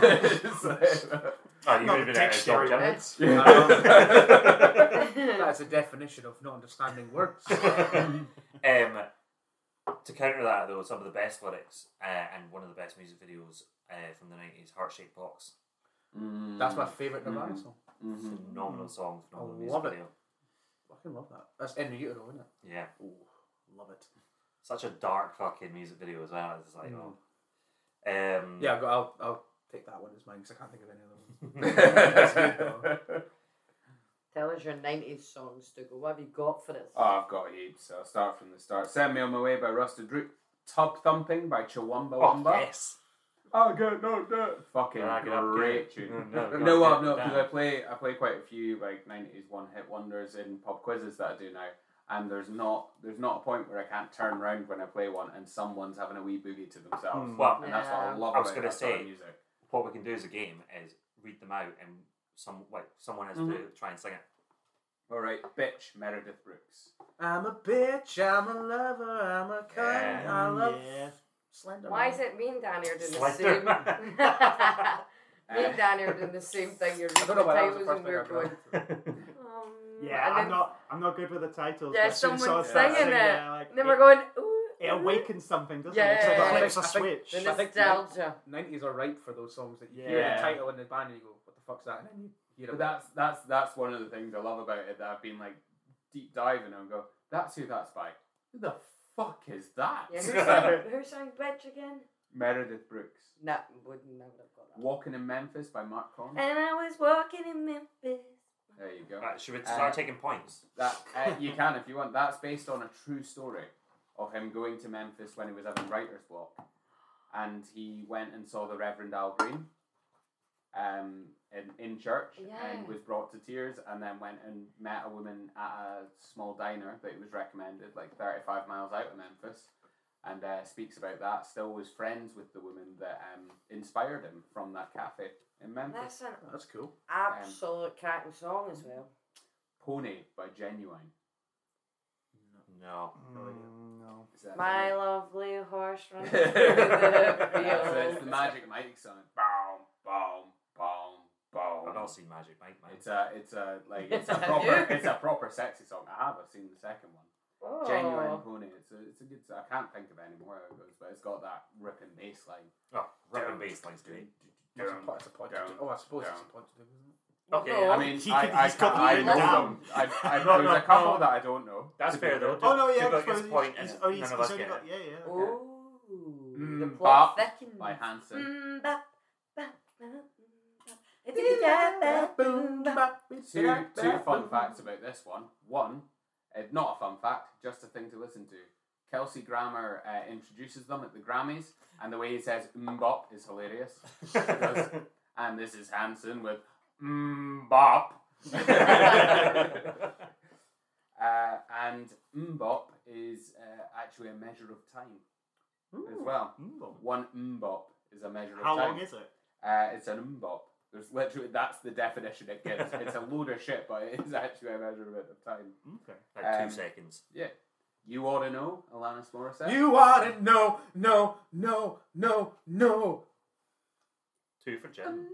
Speaker 1: So-
Speaker 2: oh, you
Speaker 4: Not
Speaker 2: would have been out of
Speaker 4: dictionary
Speaker 2: job, Kevin.
Speaker 4: words.
Speaker 3: That's a definition of not understanding words.
Speaker 2: um, to counter that, though, some of the best lyrics uh, and one of the best music videos uh, from the 90s, Heart Shaped Box.
Speaker 1: Mm.
Speaker 3: That's my favourite Nirvana
Speaker 1: Mhm.
Speaker 3: song.
Speaker 1: Mhm.
Speaker 4: Mm-hmm.
Speaker 2: Phenomenal song, phenomenal
Speaker 3: I
Speaker 2: music
Speaker 3: love it.
Speaker 2: video.
Speaker 3: Fucking love that. That's in utero, isn't it?
Speaker 2: Yeah.
Speaker 3: Oh, love it.
Speaker 2: Such a dark fucking music video as well. It's like, oh.
Speaker 4: Mm.
Speaker 2: Um,
Speaker 3: Yeah, I've got, I'll, I'll take that one as mine because I can't think of any other one.
Speaker 2: oh,
Speaker 1: That's good
Speaker 3: though.
Speaker 5: Tell us your 90s songs, Dougal. What have you got for this?
Speaker 1: oh,
Speaker 3: Ah.
Speaker 1: I've got heaps. So I'll start from the start. Send Me On My Way by Rusted Root. Tub Thumping by Chawamba
Speaker 2: Oh,
Speaker 1: Wamba.
Speaker 2: yes.
Speaker 1: I get no dirt. Fucking
Speaker 2: When I get up,
Speaker 1: great
Speaker 2: get it.
Speaker 1: tune.
Speaker 2: No, no,
Speaker 1: No,
Speaker 2: God,
Speaker 1: I've not
Speaker 2: damn.
Speaker 1: because I play I play quite a few like nineties one hit wonders in pop quizzes that I do now, and there's not there's not a point where I can't turn around when I play one and someone's having a wee boogie to themselves.
Speaker 4: Hmm.
Speaker 2: Well,
Speaker 1: And that's what I
Speaker 5: Yeah.
Speaker 1: love
Speaker 2: I was
Speaker 1: about
Speaker 2: gonna
Speaker 1: that sort of
Speaker 2: say-
Speaker 1: music.
Speaker 2: what we can do as a game is read them out and some like someone has to
Speaker 4: Mm-hmm.
Speaker 2: try and sing it.
Speaker 1: All right, bitch, Meredith Brooks.
Speaker 3: I'm a bitch, I'm a lover, I'm a cunt,
Speaker 2: Yeah.
Speaker 3: I love
Speaker 4: Yeah.
Speaker 3: slender.
Speaker 5: Why
Speaker 3: Man.
Speaker 5: is it me and Danny are doing the
Speaker 2: Slender.
Speaker 5: same? me and
Speaker 1: Uh,
Speaker 5: Danny are doing the same thing. You're reading
Speaker 3: Eh. don't
Speaker 5: the
Speaker 3: know why that was
Speaker 5: titles
Speaker 3: the
Speaker 5: and
Speaker 3: first
Speaker 5: we're
Speaker 3: thing I
Speaker 5: going.
Speaker 3: got.
Speaker 5: Um,
Speaker 4: Yeah,
Speaker 5: and
Speaker 4: I'm
Speaker 5: then,
Speaker 4: not. I'm not good with the titles.
Speaker 5: Yeah,
Speaker 4: but as soon as
Speaker 5: someone's
Speaker 4: someone starts
Speaker 5: singing it.
Speaker 4: yeah, like,
Speaker 5: and then we're going. Ooh,
Speaker 4: It awakens something, doesn't
Speaker 5: Yeah.
Speaker 4: it? It's
Speaker 5: Yeah.
Speaker 4: like flips a
Speaker 3: I think-
Speaker 4: switch.
Speaker 5: The
Speaker 3: I think that-
Speaker 5: nostalgia.
Speaker 3: 90s are ripe for those songs that you hear
Speaker 4: Yeah.
Speaker 3: the title and the band and you go, what the fuck's that? And then you hear
Speaker 1: But
Speaker 3: it.
Speaker 1: that's that's that's one of the things I love about it that I've been like deep diving and go, that's who that's by. Who the fuck is that?
Speaker 5: Yeah, who, sang, who sang Bitch again?
Speaker 1: Meredith Brooks.
Speaker 5: No, wouldn't I would have got that.
Speaker 1: Walking in Memphis by Mark Corman.
Speaker 5: And I was walking in Memphis.
Speaker 1: There you go.
Speaker 2: Right, should we start
Speaker 4: Uh,
Speaker 2: taking points?
Speaker 1: That uh, you can if you want. That's based on a true story of him going to Memphis when he was having writer's block, and he went and saw the Reverend Al Green, um, in, in church,
Speaker 5: Yeah.
Speaker 1: and was brought to tears, and then went and met a woman at a small diner that was recommended, like thirty five miles out of Memphis, and uh, speaks about that. Still was friends with the woman that um, inspired him from that cafe in Memphis.
Speaker 5: That's an
Speaker 3: Oh, That's cool.
Speaker 5: absolute cracking song as well.
Speaker 1: Pony by Genuine.
Speaker 2: No.
Speaker 4: Mm, no.
Speaker 1: Is that-
Speaker 5: My lovely horse runs through the
Speaker 1: so it's the
Speaker 5: fields.
Speaker 1: Magic Mike song. Boom, boom, boom,
Speaker 2: I've
Speaker 1: boom.
Speaker 2: not seen Magic Mike. Mike.
Speaker 1: It's a, it's a, like, it's a
Speaker 5: Have
Speaker 1: proper,
Speaker 5: you?
Speaker 1: it's a proper sexy song. I have. I've seen the second one.
Speaker 5: Oh.
Speaker 1: Genuine pony. It's a, it's a good. song. I can't think of any more how it goes, but it's got that ripping bass line.
Speaker 2: oh, ripping bass line's great.
Speaker 3: That's a pot, it's a pod to do. Oh, I suppose it's a
Speaker 1: down.
Speaker 3: pod to do, isn't it?
Speaker 2: Okay,
Speaker 5: No.
Speaker 1: I mean,
Speaker 4: He
Speaker 1: I,
Speaker 4: could-
Speaker 1: I,
Speaker 4: he's
Speaker 1: can't-
Speaker 4: got
Speaker 1: I
Speaker 4: the
Speaker 1: know
Speaker 4: down.
Speaker 1: them. I, I,
Speaker 2: No,
Speaker 1: there's
Speaker 2: no,
Speaker 1: a couple
Speaker 2: no.
Speaker 1: that I don't know.
Speaker 2: That's
Speaker 1: to be
Speaker 2: fair though.
Speaker 1: fair.
Speaker 4: Oh no, yeah.
Speaker 2: Tupac
Speaker 4: it's
Speaker 2: gets
Speaker 4: funny.
Speaker 2: point
Speaker 4: He's-
Speaker 2: and
Speaker 4: oh, he's-
Speaker 2: none of
Speaker 4: he's
Speaker 2: us
Speaker 4: only
Speaker 2: get
Speaker 4: got-
Speaker 2: it.
Speaker 4: Yeah, yeah. yeah.
Speaker 5: Ooh, the
Speaker 1: Mm,
Speaker 5: plot
Speaker 1: bop
Speaker 5: thickens.
Speaker 1: By Hanson.
Speaker 5: Mm, bop, bop, bop, bop. It's a bop, bop, boom, bop.
Speaker 1: Two, two fun facts about this one. One, uh, not a fun fact, just a thing to listen to. Kelsey Grammer uh, introduces them at the Grammys, and the way he says "mbop" is hilarious. and this is Hanson with "mbop," uh, and "mbop" is uh, actually a measure of time as well.
Speaker 4: Mm.
Speaker 1: One "mbop" is a measure
Speaker 4: How
Speaker 1: of time.
Speaker 4: long is it?
Speaker 1: Uh, it's an umbop. There's literally that's the definition it gives. it's a load of shit, but it is actually a measurement of time.
Speaker 4: Okay.
Speaker 2: like
Speaker 1: Um,
Speaker 2: two seconds.
Speaker 1: Yeah. You ought to know, Alanis Morissette.
Speaker 3: You want to no, no, no, no, no.
Speaker 2: Two for
Speaker 3: um,
Speaker 2: Jim.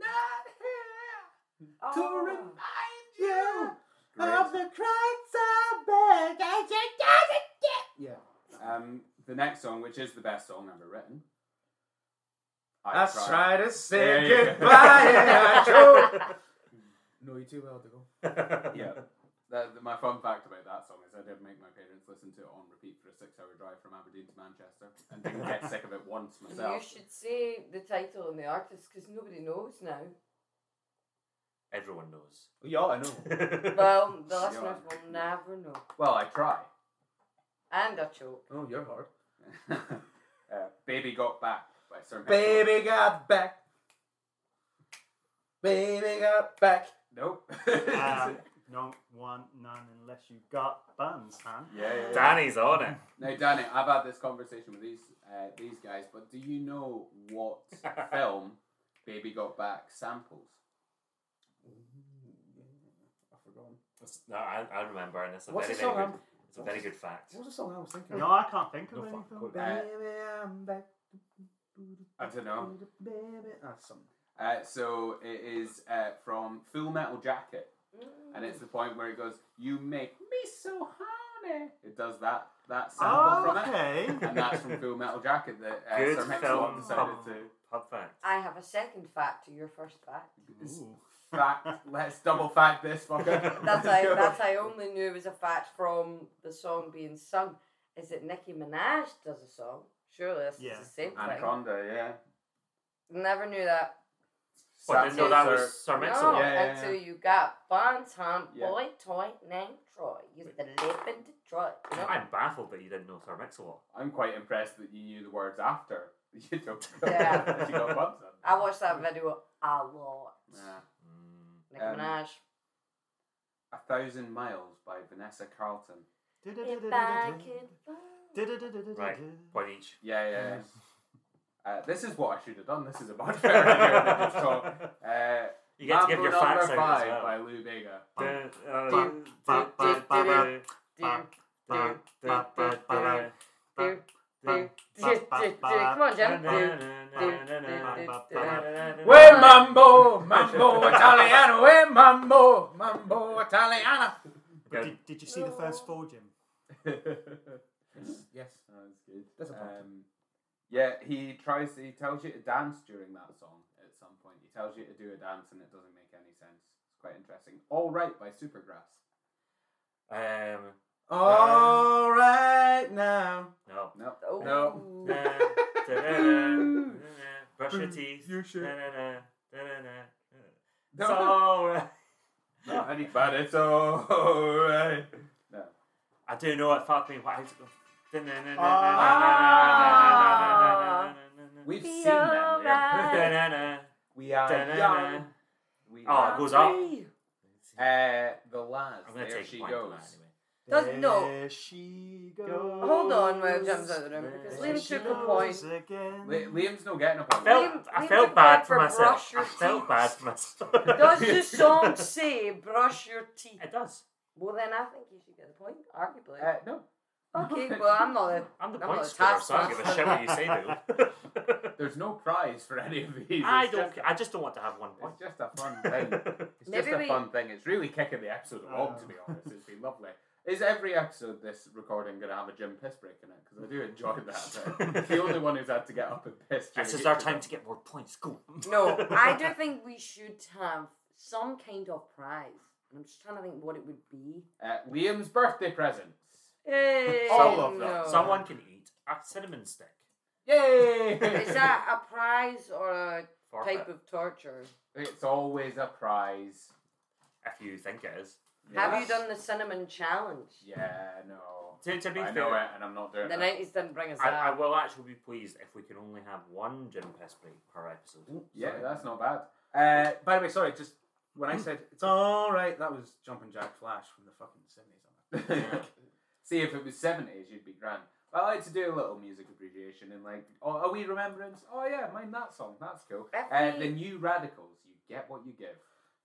Speaker 3: here
Speaker 5: Oh.
Speaker 3: you
Speaker 1: Great.
Speaker 3: the cracks I beg that you doesn't get. Yeah.
Speaker 1: Um, the next song, which is the best song ever written.
Speaker 3: I try to
Speaker 1: There
Speaker 3: say
Speaker 1: you go.
Speaker 3: goodbye and I choke. No, you too well to go.
Speaker 1: Yeah. That, that- my fun fact about that song is I did make my parents listen to it on repeat for a six-hour drive from Aberdeen to Manchester, and didn't get sick of it once
Speaker 5: You
Speaker 1: myself.
Speaker 5: should say the title and the artist because nobody knows now.
Speaker 2: Everyone knows.
Speaker 3: Yeah, I know.
Speaker 5: Well, the
Speaker 1: Yeah.
Speaker 5: listeners will never know.
Speaker 1: Well, I try.
Speaker 5: And a choke.
Speaker 3: Oh, you're hard.
Speaker 1: uh, Baby Got Back by Sir Mix-a-Lot.
Speaker 3: Baby got back. Baby got back.
Speaker 1: Nope.
Speaker 4: Um, no one, none, unless you got buns, huh?
Speaker 1: yeah, yeah, yeah.
Speaker 2: Danny's on it.
Speaker 1: Now, Danny, I've had this conversation with these uh, these guys, but do you know what film Baby Got Back samples?
Speaker 3: I've forgotten.
Speaker 2: No, I, I remember, and it's a
Speaker 3: What's
Speaker 2: very,
Speaker 3: the song
Speaker 2: very
Speaker 3: I'm-
Speaker 2: good. It's a very good fact.
Speaker 3: What was the song I was thinking
Speaker 4: No,
Speaker 3: of?
Speaker 4: I can't think of
Speaker 2: No fuck,
Speaker 4: anything.
Speaker 2: good.
Speaker 1: Uh,
Speaker 3: Baby, I'm back.
Speaker 1: I don't know.
Speaker 3: Baby. That's something.
Speaker 1: Uh, so it is uh, from Full Metal Jacket, and
Speaker 5: Mm.
Speaker 1: it's the point where it goes, "You make me so horny." It does that that sample from it,
Speaker 4: okay.
Speaker 1: and that's from Full Metal Jacket that uh,
Speaker 2: Oh, Good
Speaker 1: Sir Mix-a-Lot
Speaker 2: film.
Speaker 1: decided
Speaker 2: Pub,
Speaker 1: to.
Speaker 2: pub fact.
Speaker 5: I have a second fact to your first fact.
Speaker 4: Ooh.
Speaker 1: Fact. Let's double fact this fucker. Let's
Speaker 5: That's I
Speaker 1: go.
Speaker 5: that I only knew was a fact from the song being sung. Is that Nicki Minaj does a song? Surely this
Speaker 4: Yeah.
Speaker 5: is the same thing.
Speaker 1: Anaconda, yeah.
Speaker 5: Never knew that.
Speaker 2: Well, I didn't know that
Speaker 1: Sir-
Speaker 2: was Sir
Speaker 5: No,
Speaker 2: Mix-a-Lot.
Speaker 1: Yeah, yeah,
Speaker 5: until you got Bonds Hunt,
Speaker 1: Yeah.
Speaker 5: Boy Toy, named Troy. Used to live in Detroit. You know?
Speaker 2: I'm baffled that you didn't know Sir Mix-a-Lot.
Speaker 1: I'm quite impressed that you knew the words after You don't.
Speaker 5: Yeah.
Speaker 1: you got bumps on.
Speaker 5: I watched that video a lot.
Speaker 1: Yeah.
Speaker 2: Mm.
Speaker 5: Nicki
Speaker 1: Um,
Speaker 5: Minaj.
Speaker 1: A Thousand Miles by Vanessa Carlton.
Speaker 5: If I could find-
Speaker 2: Right, one each.
Speaker 1: Yeah, yeah. yeah. Uh, this is what I should have done. This is a much better idea than this talk. Uh,
Speaker 2: You get to give
Speaker 1: Mambo
Speaker 2: your
Speaker 1: number
Speaker 2: facts out
Speaker 1: five
Speaker 2: as well.
Speaker 1: by Lou Bega.
Speaker 2: Dun,
Speaker 5: Dun,
Speaker 2: uh,
Speaker 5: dun, dun,
Speaker 2: dun,
Speaker 5: dun,
Speaker 4: Bum,
Speaker 2: dun,
Speaker 4: bum,
Speaker 2: dun, dun, dun,
Speaker 5: Do,
Speaker 2: dun,
Speaker 5: do, do, do, do. Come on,
Speaker 2: dun,
Speaker 5: Jim. Do.
Speaker 2: dun, dun, dun,
Speaker 5: dun, dun,
Speaker 2: dun,
Speaker 4: dun,
Speaker 2: dun, dun.
Speaker 3: Uè mambo, mambo italiano, uè mambo, mambo italiano.
Speaker 4: But did, did you see the first four, Jim?
Speaker 3: Yes.
Speaker 1: That's good.
Speaker 3: Disappointing.
Speaker 1: Um, yeah, he tries. He tells you to dance during that song at some point. He tells you to do a dance, and it doesn't make any sense. It's quite interesting. All right by Supergrass.
Speaker 2: Um,
Speaker 3: All right now.
Speaker 2: no.
Speaker 1: No,
Speaker 5: Oh.
Speaker 3: No.
Speaker 2: Nah, da, da, da, da, da. Brush your teeth.
Speaker 3: You should.
Speaker 2: Na, na, na, na, na, na.
Speaker 1: No.
Speaker 2: It's alright.
Speaker 1: not any. But it's all right. No.
Speaker 2: I do know what fuck me white.
Speaker 5: Ah.
Speaker 1: We've
Speaker 5: Be
Speaker 1: seen them.
Speaker 5: alright.
Speaker 1: We are young. We
Speaker 2: Oh, it
Speaker 1: are.
Speaker 2: goes up.
Speaker 1: Uh, the lads.
Speaker 2: I'm gonna
Speaker 1: There
Speaker 2: take
Speaker 1: she
Speaker 2: a point for
Speaker 1: goes.
Speaker 2: that anyway.
Speaker 5: Does- no.
Speaker 4: There she goes.
Speaker 5: Hold on while Jim's out of the room because
Speaker 2: There
Speaker 5: Liam
Speaker 2: she
Speaker 5: took a
Speaker 4: goes
Speaker 5: point.
Speaker 4: Again.
Speaker 1: Li- Liam's not getting a
Speaker 2: I
Speaker 1: point.
Speaker 2: felt,
Speaker 5: Liam-
Speaker 2: I
Speaker 5: Liam
Speaker 2: felt
Speaker 5: took
Speaker 2: bad for
Speaker 5: one for
Speaker 2: myself.
Speaker 5: brush your
Speaker 2: I felt
Speaker 5: teeth.
Speaker 2: bad for myself.
Speaker 5: Does the song say brush your teeth?
Speaker 2: It does.
Speaker 5: Well, then I think you should get a point, arguably.
Speaker 1: Uh, no.
Speaker 5: okay, well, I'm not a.
Speaker 2: I'm the
Speaker 5: I'm
Speaker 2: point
Speaker 5: not a
Speaker 2: scorer, so I don't give a
Speaker 5: taskmaster.
Speaker 2: shit what you say, dude.
Speaker 1: There's no prize for any of these.
Speaker 2: I
Speaker 1: It's
Speaker 2: don't.
Speaker 1: just-
Speaker 2: ca- I just don't want to have one point.
Speaker 1: It's just a fun thing. It's
Speaker 5: Maybe
Speaker 1: just a
Speaker 5: we-
Speaker 1: fun thing. It's really kicking the episode along, to be
Speaker 2: Oh.
Speaker 1: honest. It's been lovely. Is every episode this recording going to have a Jim piss break in it? Because I do enjoy that. Bit. It's the only one who's had to get up and piss. during
Speaker 2: This is
Speaker 1: each
Speaker 2: our
Speaker 1: of
Speaker 2: time
Speaker 1: them.
Speaker 2: to get more points. Go.
Speaker 5: No, I do think we should have some kind of prize. And I'm just trying to think what it would be.
Speaker 1: Uh, Liam's birthday presents.
Speaker 5: Hey,
Speaker 1: All of them.
Speaker 5: Oh, no.
Speaker 2: Someone can eat a cinnamon stick.
Speaker 1: Yay!
Speaker 5: Is that a prize or a
Speaker 2: Forfeit,
Speaker 5: type of torture?
Speaker 1: It's always a prize.
Speaker 2: if you think it is.
Speaker 5: Have
Speaker 1: Yes.
Speaker 5: you done the cinnamon challenge?
Speaker 1: Yeah, no.
Speaker 2: To, to be
Speaker 1: I know
Speaker 2: fair,
Speaker 1: it, and I'm not doing
Speaker 5: The
Speaker 1: it.
Speaker 5: nineties didn't bring us
Speaker 2: I, I
Speaker 5: that.
Speaker 2: will actually be pleased if we can only have one Jim Piss break per episode.
Speaker 1: Yeah,
Speaker 2: Sorry.
Speaker 1: that's not bad. Uh,
Speaker 3: By the way, sorry, just when I said it's all right, that was Jumpin' Jack Flash from the fucking 70s.
Speaker 1: Uh, See, if it was seventies, you'd be grand. But I like to do a little music appreciation and like, oh, are we remembrance? Oh yeah, mind that song. That's cool.
Speaker 5: If
Speaker 1: Uh,
Speaker 5: we-
Speaker 1: the new radicals. You get what you give.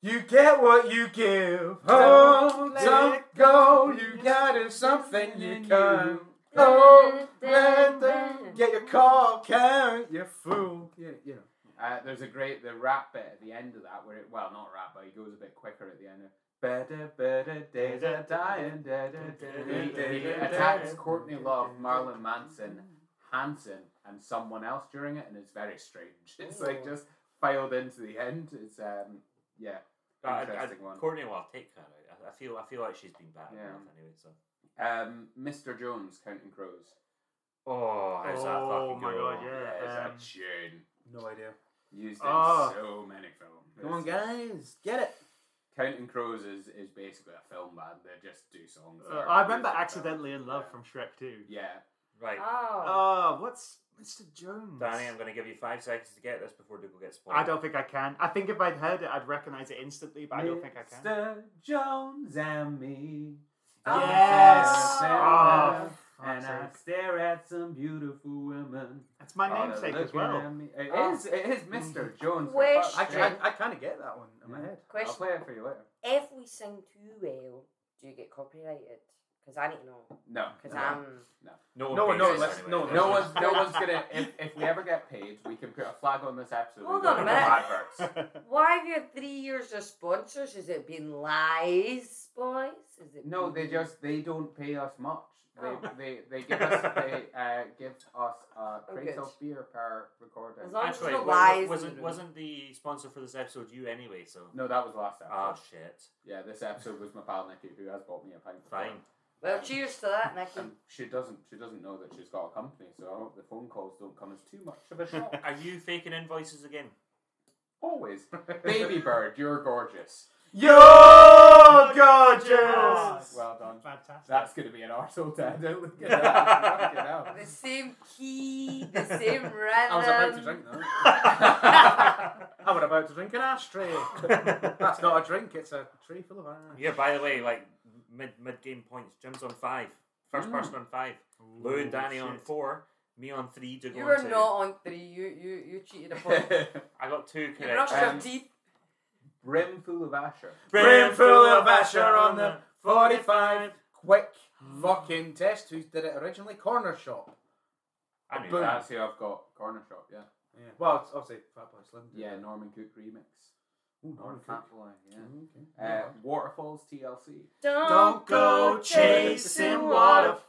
Speaker 3: You get what you give.
Speaker 1: Don't
Speaker 3: Oh,
Speaker 1: let
Speaker 3: don't
Speaker 1: it
Speaker 3: go. You got it, something you
Speaker 1: in you.
Speaker 3: can. Oh, let them get your call count, you fool. Yeah, you know.
Speaker 1: Uh, there's a great the rap bit at the end of that where it well not rap but it goes a bit quicker at the end. Of, better, better days are dying. da, da, da, da, da." He attacks Courtney Love, Marlon Manson, Hanson, and someone else during it, and it's very strange. It's
Speaker 4: Oh.
Speaker 1: like just filed into the end. It's um yeah.
Speaker 2: But I- I-
Speaker 1: Interesting one.
Speaker 2: Courtney will I'll take her. out. I, I feel. I feel like she's been bad
Speaker 1: Yeah.
Speaker 2: enough anyway. So.
Speaker 1: Um, Mr. Jones, Counting Crows.
Speaker 2: Oh, how's that
Speaker 4: Oh
Speaker 2: fucking
Speaker 4: my
Speaker 2: go?
Speaker 4: God, yeah.
Speaker 1: It's a
Speaker 4: um,
Speaker 1: tune
Speaker 3: No idea.
Speaker 1: used
Speaker 4: oh.
Speaker 1: in so many films.
Speaker 3: Come on, guys, get it.
Speaker 1: Counting Crows is, is basically a film band. They just do songs. that
Speaker 4: Uh,
Speaker 1: are
Speaker 4: I remember
Speaker 1: used in
Speaker 4: accidentally
Speaker 1: films.
Speaker 4: in love
Speaker 1: Yeah.
Speaker 4: from Shrek 2.
Speaker 1: Yeah,
Speaker 2: Right,
Speaker 5: Oh,
Speaker 4: Oh, what's Mr. Jones?
Speaker 2: Danny, I'm going to give you five seconds to get this before Dougal gets spoiled.
Speaker 4: I don't think I can. I think if I'd heard it, I'd recognize it instantly, but I don't think I can.
Speaker 1: Mr. Jones and me.
Speaker 5: Oh.
Speaker 4: Yes!
Speaker 1: Downtown,
Speaker 4: Oh,
Speaker 1: and uh, I
Speaker 4: fuck's sake.
Speaker 1: stare at some beautiful women.
Speaker 4: That's my
Speaker 1: Oh,
Speaker 4: namesake
Speaker 1: they're
Speaker 4: as
Speaker 1: looking
Speaker 4: well. Mm-hmm.
Speaker 1: at me. It
Speaker 5: Oh.
Speaker 1: is- It is Mr. Jones. for
Speaker 5: Wish-
Speaker 1: fuck's
Speaker 3: I,
Speaker 1: sake.
Speaker 3: I, I kind of get that one in my head.
Speaker 1: I'll
Speaker 5: question:
Speaker 1: play it for you later.
Speaker 5: If we sing too well, do you get copyrighted? Because I need to know.
Speaker 1: No,
Speaker 5: Because
Speaker 1: no.
Speaker 5: I'm.
Speaker 2: No one.
Speaker 3: No,
Speaker 2: pays
Speaker 3: no,
Speaker 2: us
Speaker 3: let's-
Speaker 2: anyway.
Speaker 3: no,
Speaker 1: No one's, no one's gonna. If, if we ever get paid, we can put a flag on this episode. and
Speaker 5: Hold
Speaker 1: go
Speaker 5: on a
Speaker 1: into
Speaker 5: minute.
Speaker 1: Adverts.
Speaker 5: Why have you had three years of sponsors? Has it been lies, boys? Is it?
Speaker 1: No, they
Speaker 5: been-
Speaker 1: just they don't pay us much. They
Speaker 5: Oh.
Speaker 1: they, they give us they uh, give us a crate
Speaker 5: good.
Speaker 1: of beer per recording.
Speaker 5: As long as
Speaker 2: Actually,
Speaker 5: there's no
Speaker 2: wa-
Speaker 5: lies.
Speaker 2: wasn't wasn't the sponsor for this episode you anyway? So.
Speaker 1: No, that was last episode.
Speaker 2: Ah shit.
Speaker 1: Yeah, this episode was my pal Nikki who has bought me a pint. before.
Speaker 2: Fine.
Speaker 5: Well, cheers to that, Nicky.
Speaker 1: And she doesn't she doesn't know that she's got a company, so I hope the phone calls don't come as too much of a shock.
Speaker 2: Are you faking invoices again?
Speaker 1: Always, baby bird, you're gorgeous.
Speaker 3: You're gorgeous.
Speaker 1: Alex, well done.
Speaker 6: Fantastic.
Speaker 1: That's going to be an arsehole to end it. Look at that. Fucking hell.
Speaker 5: The same key, the same random.
Speaker 3: I was about to drink that. I was about to drink an ashtray. That's not a drink, it's a tree full of ash.
Speaker 2: Yeah, by the way, like mid mid game points, Jim's on five. First person on five. Lou and Danny on four. Me on three to go
Speaker 5: You
Speaker 2: on
Speaker 5: were
Speaker 2: two.
Speaker 5: not on three. You you you cheated a point.
Speaker 2: I got two
Speaker 5: you
Speaker 2: correct.
Speaker 5: brushed
Speaker 1: Um,
Speaker 5: your teeth.
Speaker 1: Brim full of Asher.
Speaker 3: Brimful of Asher on the 45. Quick fucking test. Who did it originally? Corner Shop.
Speaker 2: I knew
Speaker 3: Boom.
Speaker 2: that.
Speaker 1: That's who I've got. Corner shop. Yeah.
Speaker 3: Yeah. Well, it's obviously Fat Boy Slim. did it.
Speaker 1: Yeah. Norman Cook remix.
Speaker 3: Ooh,
Speaker 1: Norman
Speaker 3: Cook.
Speaker 1: Fat Boy, Yeah.
Speaker 3: Okay.
Speaker 1: Uh, Waterfalls TLC.
Speaker 5: Don't,
Speaker 4: Don't go chasing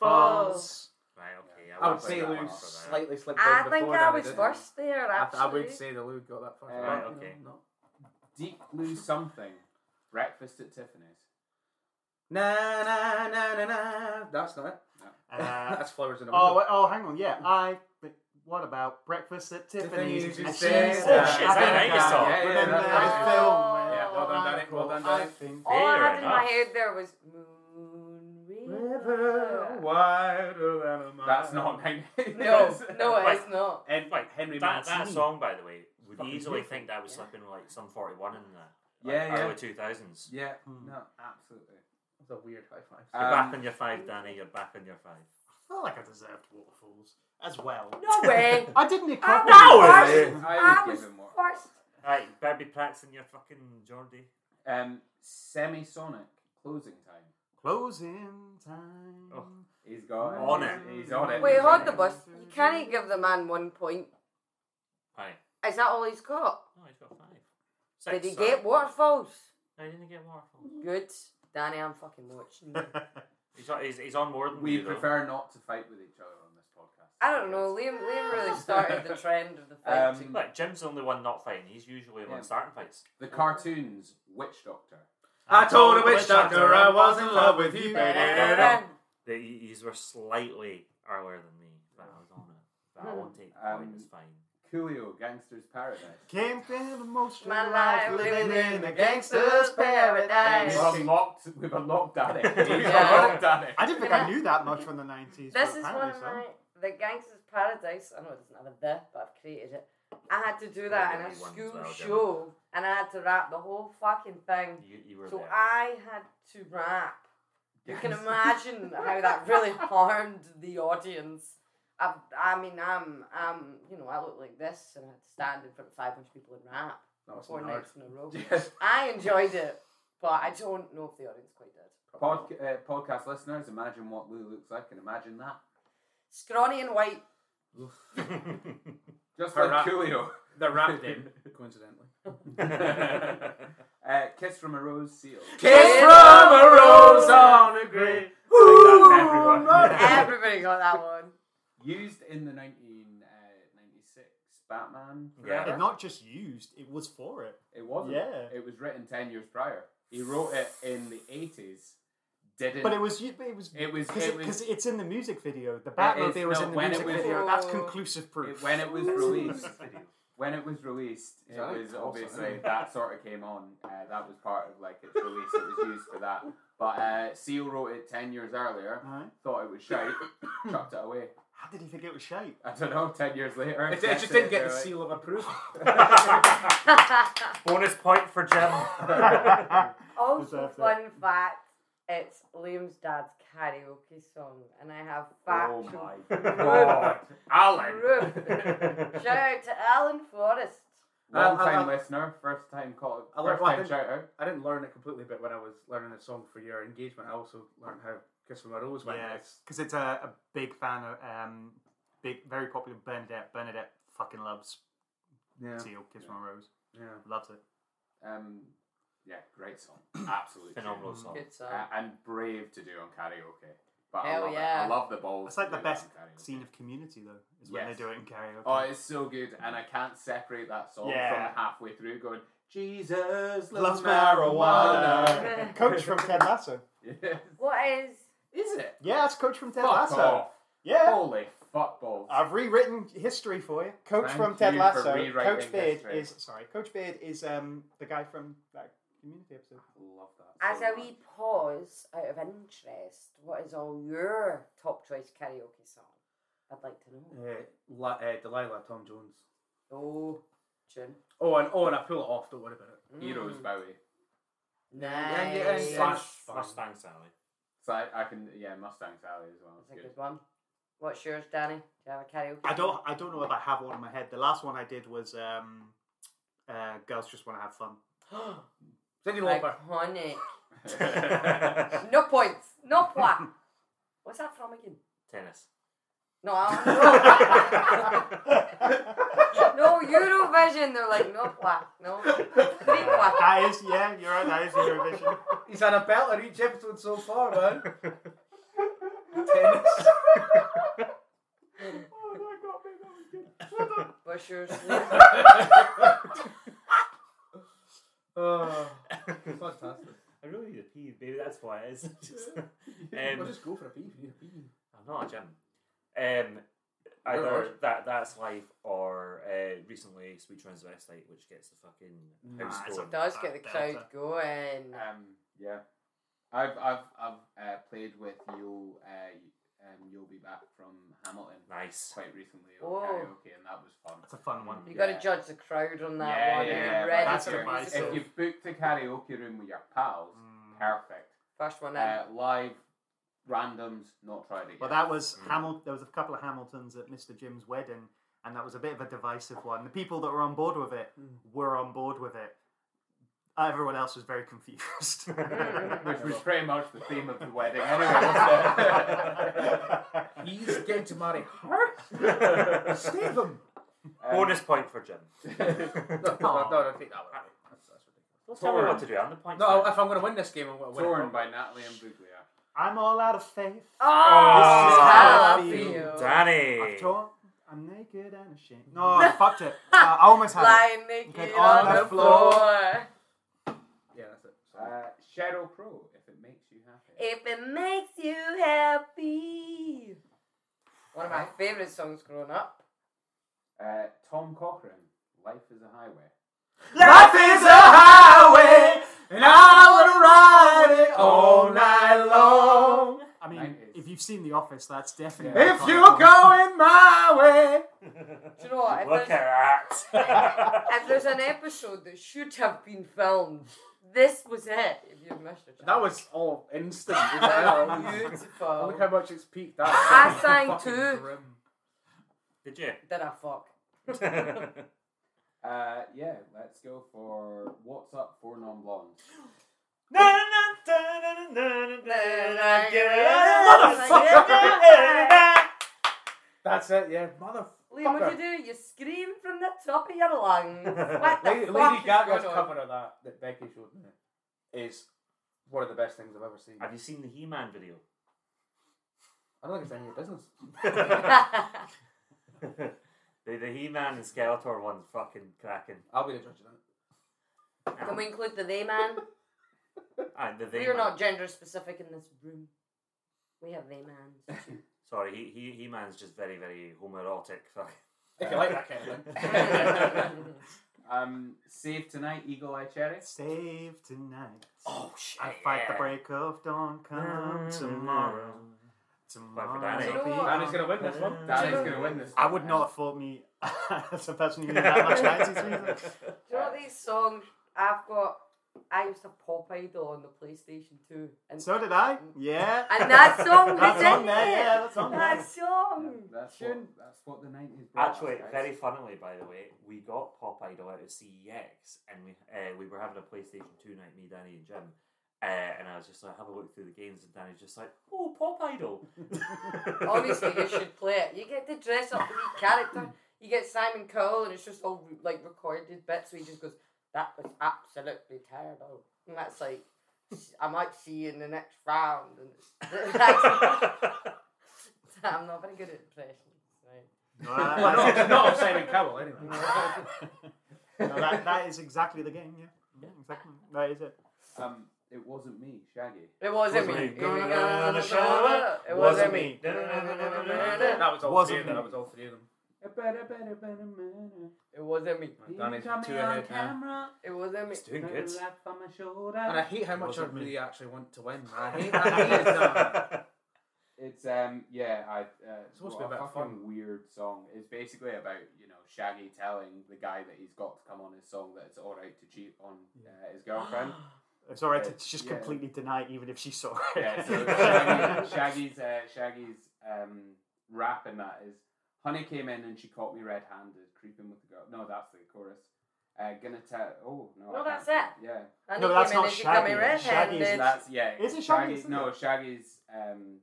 Speaker 4: waterfalls.
Speaker 2: Right, okay.
Speaker 3: I would
Speaker 1: I'll
Speaker 3: say
Speaker 1: put
Speaker 3: Lou
Speaker 1: Lou's
Speaker 2: Lou's
Speaker 3: slightly slipped down
Speaker 5: I
Speaker 3: before
Speaker 5: think
Speaker 3: that,
Speaker 5: I was
Speaker 3: didn't
Speaker 5: first there.
Speaker 3: I, th- I
Speaker 5: Actually,
Speaker 3: would say the Lou got that first.
Speaker 1: Uh,
Speaker 2: Right,
Speaker 3: No,
Speaker 2: okay.
Speaker 3: no.
Speaker 1: Deep Blue Something. Breakfast at Tiffany's.
Speaker 3: Na na na na na. That's not it.
Speaker 4: Uh,
Speaker 3: That's flowers in a
Speaker 4: oh,
Speaker 3: window.
Speaker 4: wait, oh, hang on. Yeah, I. But what about breakfast at Tiffany's?
Speaker 3: Tiffany's, you
Speaker 4: And
Speaker 3: said
Speaker 4: she's-
Speaker 3: that.
Speaker 4: I
Speaker 3: Oh, shit, is that
Speaker 4: think
Speaker 2: an
Speaker 4: I-
Speaker 2: 80s song?
Speaker 1: Yeah, yeah,
Speaker 4: remember
Speaker 1: that- that
Speaker 5: is-
Speaker 4: the film where-
Speaker 5: Yeah, well
Speaker 3: done, Danny, well done,
Speaker 4: I
Speaker 3: Danny.
Speaker 4: think-
Speaker 5: Oh. all I
Speaker 2: Fair
Speaker 5: had in my
Speaker 2: enough.
Speaker 5: head there was Moon River.
Speaker 3: River wider than a mile.
Speaker 1: That's not my name.
Speaker 5: No, no,
Speaker 2: Wait.
Speaker 5: it's not.
Speaker 3: And
Speaker 2: Like
Speaker 3: Henry
Speaker 2: that, that
Speaker 3: Mancini.
Speaker 2: song, by the way, would
Speaker 3: Fucking
Speaker 2: easily
Speaker 3: beautiful.
Speaker 2: think that was slipping like some forty one in that.
Speaker 1: Yeah, yeah.
Speaker 2: Early two thousands.
Speaker 1: Yeah.
Speaker 4: Hmm.
Speaker 1: No. Absolutely.
Speaker 3: That's a weird high five.
Speaker 2: You're
Speaker 1: Um,
Speaker 2: back on your five, Danny. You're back on your five.
Speaker 6: I feel like I deserved waterfalls as well.
Speaker 5: No way.
Speaker 4: I didn't
Speaker 5: I
Speaker 4: expect
Speaker 5: was
Speaker 2: it
Speaker 5: first.
Speaker 1: is. I
Speaker 5: I
Speaker 1: would
Speaker 5: was
Speaker 1: give him more.
Speaker 5: first.
Speaker 2: Right, better be practicing your fucking Geordie.
Speaker 1: Um, Semisonic closing time.
Speaker 4: Closing time.
Speaker 2: Oh.
Speaker 1: He's got it.
Speaker 2: On it.
Speaker 1: He's on it.
Speaker 5: Wait,
Speaker 1: He's
Speaker 5: hold
Speaker 1: on
Speaker 5: the
Speaker 1: it.
Speaker 5: bus. You can't give the man one point.
Speaker 2: Right.
Speaker 5: Is that all he's got?
Speaker 2: No, Oh, he's got five. Six,
Speaker 5: Did he
Speaker 2: sorry.
Speaker 5: get waterfalls?
Speaker 2: No, he didn't get waterfall.
Speaker 5: Good. Danny, I'm fucking watching. you.
Speaker 2: He's, on- he's, he's on more than
Speaker 1: We
Speaker 2: you, though.
Speaker 1: prefer not to fight with each other on this podcast.
Speaker 5: I don't know. Liam Liam really started the trend of the fighting.
Speaker 1: Um,
Speaker 2: Look, Jim's the only one not fighting. He's usually the
Speaker 1: Yeah.
Speaker 2: one starting fights.
Speaker 1: The cartoons Witch Doctor.
Speaker 3: I told a witch doctor I was in love with you.
Speaker 2: The, these were slightly earlier than me, but I was on it. But I won't take the point. It's
Speaker 1: Um,
Speaker 2: fine.
Speaker 1: Coolio Gangster's Paradise.
Speaker 4: Can't be the most of
Speaker 5: My
Speaker 4: your
Speaker 5: life living in a gangster's paradise.
Speaker 1: We've
Speaker 5: Yes.
Speaker 1: unlocked. We've unlocked at it. We've
Speaker 5: Yeah.
Speaker 1: unlocked at it.
Speaker 4: Um, I didn't think I knew that much from the 90s.
Speaker 5: This
Speaker 4: but
Speaker 5: is
Speaker 4: apparently
Speaker 5: one of
Speaker 4: so.
Speaker 5: my the Gangsters Paradise. I know it doesn't have a the, but I've created it. I had to do that in a
Speaker 2: Maybe one as
Speaker 5: school
Speaker 2: well, Gemma.
Speaker 5: show, and I had to rap the whole fucking thing.
Speaker 2: You, you were
Speaker 5: So
Speaker 2: there.
Speaker 5: I had to rap. You can imagine how that really harmed the audience. I, I mean, I'm, I'm, you know, I look like this, and I had to stand in front of 500 people and rap
Speaker 3: No, it's
Speaker 5: four
Speaker 3: not.
Speaker 5: nights in a row.
Speaker 1: Yes.
Speaker 5: I enjoyed it, but I don't know if the audience quite did.
Speaker 1: Pod, uh, podcast listeners, imagine what Lou looks like and imagine that.
Speaker 5: Scrawny and white.
Speaker 1: Just
Speaker 3: Her
Speaker 1: like
Speaker 3: rap-
Speaker 1: Coolio.
Speaker 3: They're wrapped in, coincidentally.
Speaker 1: uh, Kiss from a Rose Seal.
Speaker 3: Kiss from a rose on a grave.
Speaker 5: Everybody got that one.
Speaker 1: Used in the 1996 Batman.
Speaker 2: Yeah.
Speaker 1: Forever.
Speaker 4: And not just used, it was for it.
Speaker 1: It wasn't.
Speaker 4: Yeah.
Speaker 1: It was written 10 years prior. He wrote it in the 80s. Didn't.
Speaker 4: But it was u- but it was
Speaker 1: It was-
Speaker 4: because
Speaker 1: it was-
Speaker 4: it's in the music video. The
Speaker 1: It is-
Speaker 4: Batmobile was
Speaker 1: no,
Speaker 4: in the
Speaker 1: when it
Speaker 4: music
Speaker 1: was-
Speaker 4: video. That's
Speaker 5: Oh.
Speaker 4: conclusive proof.
Speaker 1: it- when it was released, when it was released,
Speaker 3: Is
Speaker 1: it
Speaker 3: that
Speaker 1: was
Speaker 3: it?
Speaker 1: obviously that sort of came on. Uh, that was part of like its release. It was used for that. But uh, Seal wrote it ten years earlier.
Speaker 4: Alright.
Speaker 1: Thought it was shite. chucked it away.
Speaker 4: How did he think it was shite?
Speaker 1: I don't know. Ten years later,
Speaker 3: It, it just
Speaker 1: guessed
Speaker 3: didn't get the
Speaker 1: they're like-
Speaker 3: seal of approval.
Speaker 2: Bonus point for Jim.
Speaker 5: also,
Speaker 4: That's it.
Speaker 5: Oh, fun fact it's Liam's dad's karaoke song, and I have
Speaker 1: Oh
Speaker 5: factual
Speaker 1: my
Speaker 5: God.
Speaker 1: god, Alan!
Speaker 5: proof. Shout out to Alan Forrest.
Speaker 1: Long
Speaker 3: I- I-
Speaker 1: time listener, first time call,
Speaker 3: I like
Speaker 1: first
Speaker 3: what I
Speaker 1: time
Speaker 3: think-
Speaker 1: shout out.
Speaker 3: I didn't learn it completely, but when I was learning the song for your engagement, I also learned how Kiss from a Rose went.
Speaker 4: Yes, because it's a, a big fan of um, big, very popular Bernadette. Bernadette fucking loves
Speaker 3: Yeah.
Speaker 4: Seal, Kiss from a Rose,
Speaker 3: Yeah.
Speaker 4: loves it.
Speaker 1: Um, yeah, great song, absolutely
Speaker 2: Phenomenal song.
Speaker 5: Good song.
Speaker 1: Uh, and brave to do on karaoke. But I
Speaker 5: Hell
Speaker 1: love
Speaker 5: yeah.
Speaker 1: it. I love the balls.
Speaker 4: It's like
Speaker 1: to
Speaker 4: the
Speaker 1: do that
Speaker 4: best
Speaker 1: on karaoke.
Speaker 4: scene of Community though, is when
Speaker 1: Yes.
Speaker 4: they do it in karaoke.
Speaker 1: Oh, it's so good, and I can't separate that song
Speaker 4: Yeah.
Speaker 1: from halfway through going, Jesus
Speaker 4: Loves
Speaker 1: loves marijuana.
Speaker 5: marijuana.
Speaker 4: Coach from Ted Lasso.
Speaker 1: Yes.
Speaker 5: what is.
Speaker 1: Is it?
Speaker 4: Yeah, that's Coach from Ted
Speaker 1: Fuck
Speaker 4: Lasso.
Speaker 1: off.
Speaker 4: Yeah.
Speaker 1: Holy fuckballs.
Speaker 4: I've rewritten history for you. Coach
Speaker 1: Thank
Speaker 4: from Ted
Speaker 1: you for
Speaker 4: Lasso.
Speaker 1: rewriting
Speaker 4: Coach Beard
Speaker 1: history.
Speaker 4: is sorry. Coach Beard is um the guy from that
Speaker 7: community episode.
Speaker 1: Love that.
Speaker 5: As
Speaker 1: so much.
Speaker 5: a wee pause out of interest, what is all your top choice karaoke song? I'd like to know.
Speaker 3: Uh, La- uh, Delilah, Tom Jones.
Speaker 5: Oh, tune.
Speaker 3: Oh, and oh, and I pull it off. Don't worry about it.
Speaker 1: Heroes Bowie.
Speaker 3: yeah, yeah,
Speaker 5: Mm. Nice.
Speaker 3: yeah.
Speaker 2: Slash
Speaker 5: That's
Speaker 3: Yes.
Speaker 2: Mustang Sally.
Speaker 1: So I, I can yeah Mustang Sally as well. It's
Speaker 5: a
Speaker 1: good.
Speaker 5: good one. What's yours, Danny? Do you have a karaoke?
Speaker 4: I don't. I don't know if I have one in my head. The last one I did was um, uh, "Girls Just Want to Have Fun."
Speaker 3: Cindy Lauper.
Speaker 5: Iconic.
Speaker 2: Tennis.
Speaker 5: No points. No point. What's that from again? No, I don't know. no Eurovision. They're like no plaque, no three plaque.
Speaker 4: That is, yeah, you're right. That is Eurovision.
Speaker 3: He's had a belter each episode so far, man. Tennis.
Speaker 5: What's yours?
Speaker 3: Oh, fantastic.
Speaker 2: I really need a pee, baby. That's why it is. Just-
Speaker 3: Well,
Speaker 2: um,
Speaker 3: just go for a pee if you need a pee.
Speaker 2: I'm not a gym. Um, either
Speaker 3: right.
Speaker 2: that that's life or uh, recently Sweet Transvestite, which gets the fucking
Speaker 3: Nah,
Speaker 2: house
Speaker 4: it's
Speaker 2: score.
Speaker 4: a
Speaker 5: Does
Speaker 2: Ah,
Speaker 5: get the crowd going.
Speaker 1: Um, yeah, I've I've I've uh, played with you'll uh, um, you'll be back from Hamilton
Speaker 2: Nice.
Speaker 1: quite recently on
Speaker 5: Whoa.
Speaker 1: karaoke, and that was fun.
Speaker 4: That's a fun one.
Speaker 5: You got
Speaker 1: yeah.
Speaker 5: to judge the crowd on that
Speaker 1: yeah,
Speaker 5: one.
Speaker 1: yeah,
Speaker 5: You're
Speaker 1: yeah,
Speaker 5: ready
Speaker 1: but
Speaker 4: That's
Speaker 5: for
Speaker 1: if you're-
Speaker 5: the
Speaker 4: advice,
Speaker 5: musical.
Speaker 1: If you've booked a karaoke room with your pals,
Speaker 4: Mm-hmm.
Speaker 1: perfect.
Speaker 5: First one in.
Speaker 1: Uh, live, randoms, not tried again.
Speaker 4: Well, that was Hamilton. There was a couple of Hamiltons at Mr. Jim's wedding, and that was a bit of a divisive one. The people that were on board with it were on board with it. Everyone else was very confused.
Speaker 1: which was pretty much the theme of the wedding, anyway. Wasn't it?
Speaker 3: He's getting to marry her. Save him.
Speaker 1: Um,
Speaker 2: Bonus point for Jim.
Speaker 3: No, no, no, take that one. That's, that's
Speaker 2: Don't
Speaker 3: ridiculous.
Speaker 2: tell me what to do. I'm the point.
Speaker 3: No, if I'm going to win this game, I'm going to win.
Speaker 1: Torn by Natalie and Buglia.
Speaker 4: I'm all out of faith.
Speaker 5: oh,
Speaker 4: This is
Speaker 5: how
Speaker 4: how
Speaker 5: I
Speaker 4: I
Speaker 5: feel.
Speaker 4: feel.
Speaker 2: Danny.
Speaker 4: I've torn. I'm naked and ashamed. No, I fucked it. Uh, I almost had it.
Speaker 5: Lying naked
Speaker 4: Get
Speaker 5: on,
Speaker 4: on
Speaker 5: the
Speaker 4: the
Speaker 5: floor.
Speaker 4: floor.
Speaker 3: Yeah, that's it. Sorry.
Speaker 1: Uh, Cheryl Crow, if it makes you happy.
Speaker 5: If it makes you happy. One of my favourite songs growing up.
Speaker 1: Uh, Tom Cochrane, Life is a Highway.
Speaker 3: Life is a highway, and I would ride it all night long.
Speaker 4: I mean,
Speaker 1: Nineties.
Speaker 4: if you've seen The Office, that's definitely.
Speaker 1: Yeah.
Speaker 4: a
Speaker 3: If
Speaker 4: iconic
Speaker 3: you're
Speaker 4: one.
Speaker 3: going my way.
Speaker 5: Do you know what? If
Speaker 2: Look
Speaker 5: there's,
Speaker 2: at that.
Speaker 5: if there's an episode that should have been filmed, this was it. If you missed it,
Speaker 3: That was all instant. as well. Look how
Speaker 5: beautiful.
Speaker 3: much it's peaked out.
Speaker 5: I sang
Speaker 3: Fucking
Speaker 5: too.
Speaker 3: grim.
Speaker 2: Did you?
Speaker 5: Did I fuck?
Speaker 1: Uh, yeah, let's go for What's Up for Non Blondes.
Speaker 3: That's it, yeah. Motherfucker.
Speaker 5: Liam, what do you do? You scream from the top of your lungs. What the
Speaker 3: Lady,
Speaker 5: fuck
Speaker 3: Lady
Speaker 5: is
Speaker 3: Gaga's
Speaker 5: going on?
Speaker 3: cover of that that Becky showed me is one of the best things I've ever seen.
Speaker 2: Have you seen the He-Man video?
Speaker 3: I don't think it's any of your business.
Speaker 2: the, the He-Man and Skeletor one's fucking cracking.
Speaker 3: I'll be the judge of that.
Speaker 5: Can we include the they man?
Speaker 2: Uh, And the
Speaker 5: We
Speaker 2: They-Man.
Speaker 5: are not gender specific in this room. We have they mans.
Speaker 2: Sorry, he, he He-Man's just very very homoerotic. Fuck.
Speaker 3: If you like that kind of thing.
Speaker 1: Um, Save Tonight, Eagle Eye Cherry.
Speaker 4: Save tonight.
Speaker 2: Oh shit!
Speaker 4: I fight the break of dawn. Come
Speaker 2: Mm-hmm.
Speaker 4: tomorrow.
Speaker 2: Bye
Speaker 4: Tomorrow.
Speaker 2: for Danny.
Speaker 4: will be
Speaker 3: Danny's going
Speaker 4: out.
Speaker 3: to win this one.
Speaker 1: Danny's gonna win this. Um,
Speaker 4: I would not have thought me as a person who knew that much Nancy's music.
Speaker 5: Do you know these songs? I've got. I used to pop idol on the PlayStation 2. And,
Speaker 4: So did I. Yeah.
Speaker 5: and that song was
Speaker 4: That's on
Speaker 5: in
Speaker 4: there,
Speaker 5: it.
Speaker 4: yeah, that's on
Speaker 5: that
Speaker 4: there.
Speaker 5: song.
Speaker 3: Mm,
Speaker 1: That's what,
Speaker 5: Shouldn't-
Speaker 1: that's what the 90s brought us,
Speaker 2: Actually,
Speaker 1: guys.
Speaker 2: very funnily, by the way, we got Pop Idol out of CEX, E and we uh, we were having a PlayStation Two night, me, Danny, and Jim, uh, and I was just like, have a look through the games, and Danny's just like, oh, Pop Idol.
Speaker 5: Honestly, you should play it. You get to dress up the wee character. You get Simon Cowell, and it's just all like recorded bits. So he just goes, "That was absolutely terrible," and that's like, "I might see you in the next round." And it's, that's, I'm not very good at impressions. Right?
Speaker 3: Well,
Speaker 4: No,
Speaker 3: not,
Speaker 4: that's-
Speaker 3: not of Simon Cowell, anyway.
Speaker 4: no, that, that is exactly the game, yeah. Yeah, exactly. That is it.
Speaker 1: Um, it wasn't me, Shaggy.
Speaker 5: It wasn't
Speaker 2: Wasn't
Speaker 5: me.
Speaker 2: me.
Speaker 5: It wasn't me.
Speaker 4: Wasn't me.
Speaker 5: It
Speaker 3: that was all
Speaker 2: Wasn't
Speaker 3: three of them.
Speaker 2: me.
Speaker 3: That was all three of them.
Speaker 1: A better, better, better man.
Speaker 5: It wasn't me.
Speaker 3: Danny's
Speaker 1: Got
Speaker 3: too
Speaker 1: me on
Speaker 3: ahead now.
Speaker 1: camera.
Speaker 5: It wasn't me.
Speaker 2: It's doing good.
Speaker 1: Laugh on my shoulder.
Speaker 3: And I hate how much I
Speaker 2: Wasn't me.
Speaker 3: really actually want to win. I hate, I hate it now.
Speaker 1: It's um yeah I uh,
Speaker 3: supposed
Speaker 1: what
Speaker 3: to be
Speaker 1: a
Speaker 3: about
Speaker 1: fucking weird song. It's basically about you know Shaggy telling the guy that he's got to come on his song that it's all right to cheat on uh, his girlfriend.
Speaker 6: It's alright
Speaker 1: Yeah,
Speaker 6: to just
Speaker 1: yeah.
Speaker 6: completely deny it, even if she saw it.
Speaker 1: yeah, so Shaggy, Shaggy's uh, Shaggy's um rap in that is Honey came in and she caught me red handed creeping with the girl. No, that's the chorus. Uh, gonna tell. Oh no.
Speaker 5: No,
Speaker 1: I can't
Speaker 5: that's
Speaker 1: do
Speaker 5: it.
Speaker 1: Yeah.
Speaker 5: And
Speaker 6: No,
Speaker 5: he
Speaker 6: that's
Speaker 5: came in
Speaker 6: not
Speaker 5: and she got me
Speaker 6: Shaggy.
Speaker 5: red-handed.
Speaker 6: Shaggy is
Speaker 1: That's yeah.
Speaker 6: Is it Shaggy, isn't
Speaker 1: No,
Speaker 6: it?
Speaker 1: Shaggy's. Um,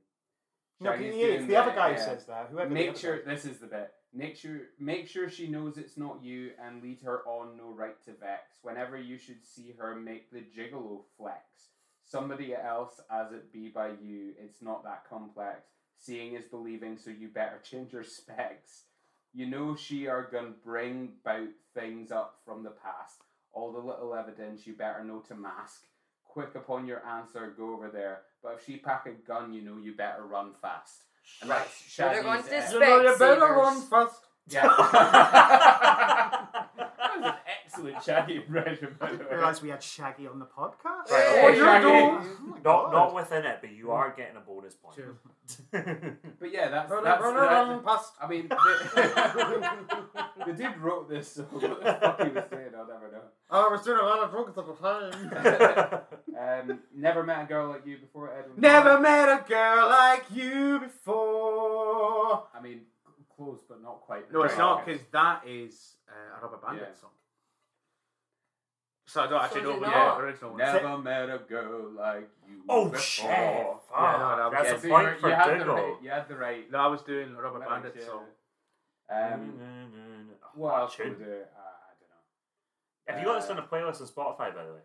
Speaker 6: no,
Speaker 1: Shaggy's
Speaker 6: it's, it's
Speaker 1: doing
Speaker 6: the other guy
Speaker 1: yeah.
Speaker 6: who says that. Whoever the
Speaker 1: Make
Speaker 6: other
Speaker 1: sure
Speaker 6: guy-
Speaker 1: this is the bit. Make sure, make sure she knows it's not you, and lead her on. No right to vex. Whenever you should see her, make the gigolo flex. Somebody else, as it be by you. It's not that complex. Seeing is believing, so you better change your specs. You know she are gonna bring about things up from the past. All the little evidence you better know to mask. Quick upon your answer, go over there. But if she pack a gun, you know you better run fast. And that's
Speaker 5: Should have
Speaker 1: Shaggy's,
Speaker 5: gone
Speaker 1: uh,
Speaker 5: to
Speaker 3: You know, you better
Speaker 5: Specsavers.
Speaker 3: run first.
Speaker 1: yeah. that was an excellent Shaggy impression, by
Speaker 6: I
Speaker 1: the way.
Speaker 6: realised we had Shaggy on the podcast.
Speaker 5: Right.
Speaker 1: Oh,
Speaker 6: you
Speaker 1: Shaggy.
Speaker 6: don't- oh my
Speaker 2: Not,
Speaker 6: God.
Speaker 2: not within it, but you are getting a bonus point.
Speaker 3: Sure.
Speaker 1: But yeah, that's,
Speaker 3: Run,
Speaker 1: that's,
Speaker 3: run,
Speaker 1: that-
Speaker 3: run, run past.
Speaker 1: I mean, the, the dude wrote this, so what the fuck he was saying, I'll never know.
Speaker 3: Oh, I was doing a lot of drugs at the time.
Speaker 1: Um, never met a girl like you before, Edwin.
Speaker 3: Never met a girl like you before.
Speaker 1: I mean, c- close, but not quite.
Speaker 3: No, it's
Speaker 1: Right.
Speaker 3: not because that is uh, a Rubber Bandit
Speaker 1: Yeah.
Speaker 3: song. So I don't actually
Speaker 5: So
Speaker 3: know
Speaker 5: is
Speaker 3: what
Speaker 5: it
Speaker 3: the
Speaker 5: not?
Speaker 3: original one. is.
Speaker 1: Never met a girl like you
Speaker 2: oh
Speaker 1: before.
Speaker 2: shit! Fuck.
Speaker 3: Yeah, no, that was-
Speaker 2: That's
Speaker 1: Yeah,
Speaker 2: a
Speaker 1: so you,
Speaker 2: point
Speaker 1: were-
Speaker 2: for
Speaker 1: you had the right.
Speaker 2: Diggle.
Speaker 1: You had the right.
Speaker 3: No, I was doing a Rubber Bandit
Speaker 1: Yeah.
Speaker 3: song.
Speaker 1: Um, what else would we do? Uh, I don't know.
Speaker 2: Have you got this
Speaker 1: Uh,
Speaker 2: on a playlist on Spotify, by the way?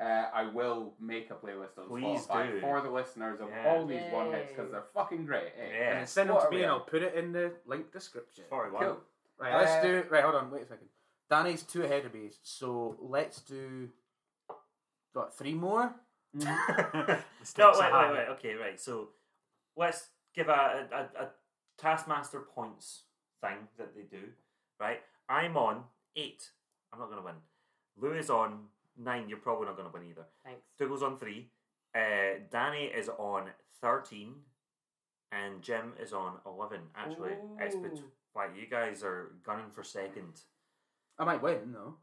Speaker 1: Uh, I will make a playlist on
Speaker 2: Please
Speaker 1: Spotify
Speaker 2: do.
Speaker 1: for the listeners of
Speaker 2: Yeah.
Speaker 1: all these one hits because
Speaker 5: Yay.
Speaker 1: they're fucking great. Eh?
Speaker 2: Yeah.
Speaker 3: And then send them
Speaker 1: What
Speaker 3: to
Speaker 1: are
Speaker 3: me
Speaker 1: we
Speaker 3: and
Speaker 1: at?
Speaker 3: I'll put it in the link description.
Speaker 2: Forty-one.
Speaker 1: Cool.
Speaker 3: Right, let's
Speaker 1: Uh,
Speaker 3: do. Right, hold on, wait a second. Danny's two ahead of me, so let's do. Got three more?
Speaker 6: The stakes
Speaker 2: No,
Speaker 6: are
Speaker 2: wait,
Speaker 6: high.
Speaker 2: wait, wait. Okay, right. So let's give a, a, a Taskmaster points thing that they do, right? I'm on eight. I'm not going to win. Lou is on nine. You're probably not going to win either.
Speaker 5: Thanks.
Speaker 2: Dougal's on three. Uh, Danny is on 13. And Jim is on 11. Actually, it's bet-
Speaker 5: Ooh.
Speaker 2: like you guys are gunning for second.
Speaker 3: I might win, though.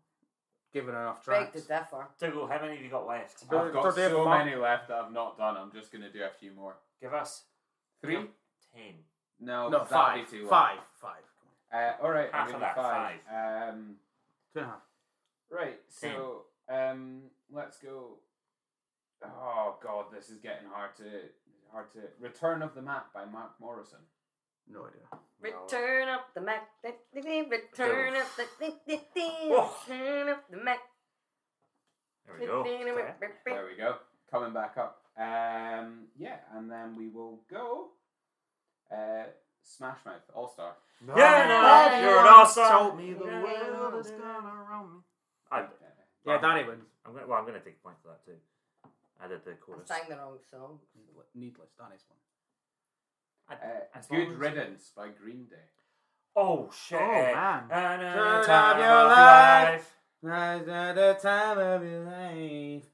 Speaker 3: Given enough
Speaker 5: Beg to
Speaker 3: tracks.
Speaker 5: differ.
Speaker 2: Dougal, how many have you got left?
Speaker 3: Uh,
Speaker 1: I've got
Speaker 3: Thursday
Speaker 1: so
Speaker 3: month.
Speaker 1: many left that I've not done. I'm just gonna do a few more.
Speaker 2: Give us
Speaker 1: Three?
Speaker 2: ten.
Speaker 1: No,
Speaker 3: No,
Speaker 1: that'd
Speaker 3: five.
Speaker 1: be too long.
Speaker 3: Five. Five.
Speaker 1: Uh, all right,
Speaker 2: Half
Speaker 1: I'm
Speaker 2: of
Speaker 1: gonna do
Speaker 2: that,
Speaker 1: five. Um,
Speaker 3: Two and a half.
Speaker 1: right, so um, let's go. Oh god, this is getting hard to hard to. Return of the Map by Mark Morrison.
Speaker 3: No idea.
Speaker 5: Return up the Mac. Return up the.
Speaker 2: Oh.
Speaker 5: Return up the Mac.
Speaker 2: There we go. Okay.
Speaker 1: There we go. Coming back up. Um, yeah, and then we will go. Uh, Smash Mouth All Star.
Speaker 6: No,
Speaker 2: Yeah, no,
Speaker 6: nobody
Speaker 2: you're an
Speaker 6: once
Speaker 2: awesome-
Speaker 6: Told me the
Speaker 2: Yeah,
Speaker 6: world
Speaker 2: no,
Speaker 6: is
Speaker 2: no, no.
Speaker 6: gonna roll me.
Speaker 1: Uh,
Speaker 2: I,
Speaker 3: Yeah, Danny wins.
Speaker 2: I'm gonna, well, I'm gonna take a point for that too. I did the
Speaker 5: I
Speaker 2: chorus.
Speaker 5: sang the wrong song.
Speaker 3: Needless, Danny's one.
Speaker 2: I-
Speaker 1: Uh,
Speaker 2: as long
Speaker 1: Good
Speaker 2: as-
Speaker 1: Riddance by Green Day.
Speaker 2: Oh shit!
Speaker 6: Oh, man.
Speaker 2: And a
Speaker 3: Turn
Speaker 2: time
Speaker 3: up your
Speaker 2: of
Speaker 3: life. Now's not the time of your life.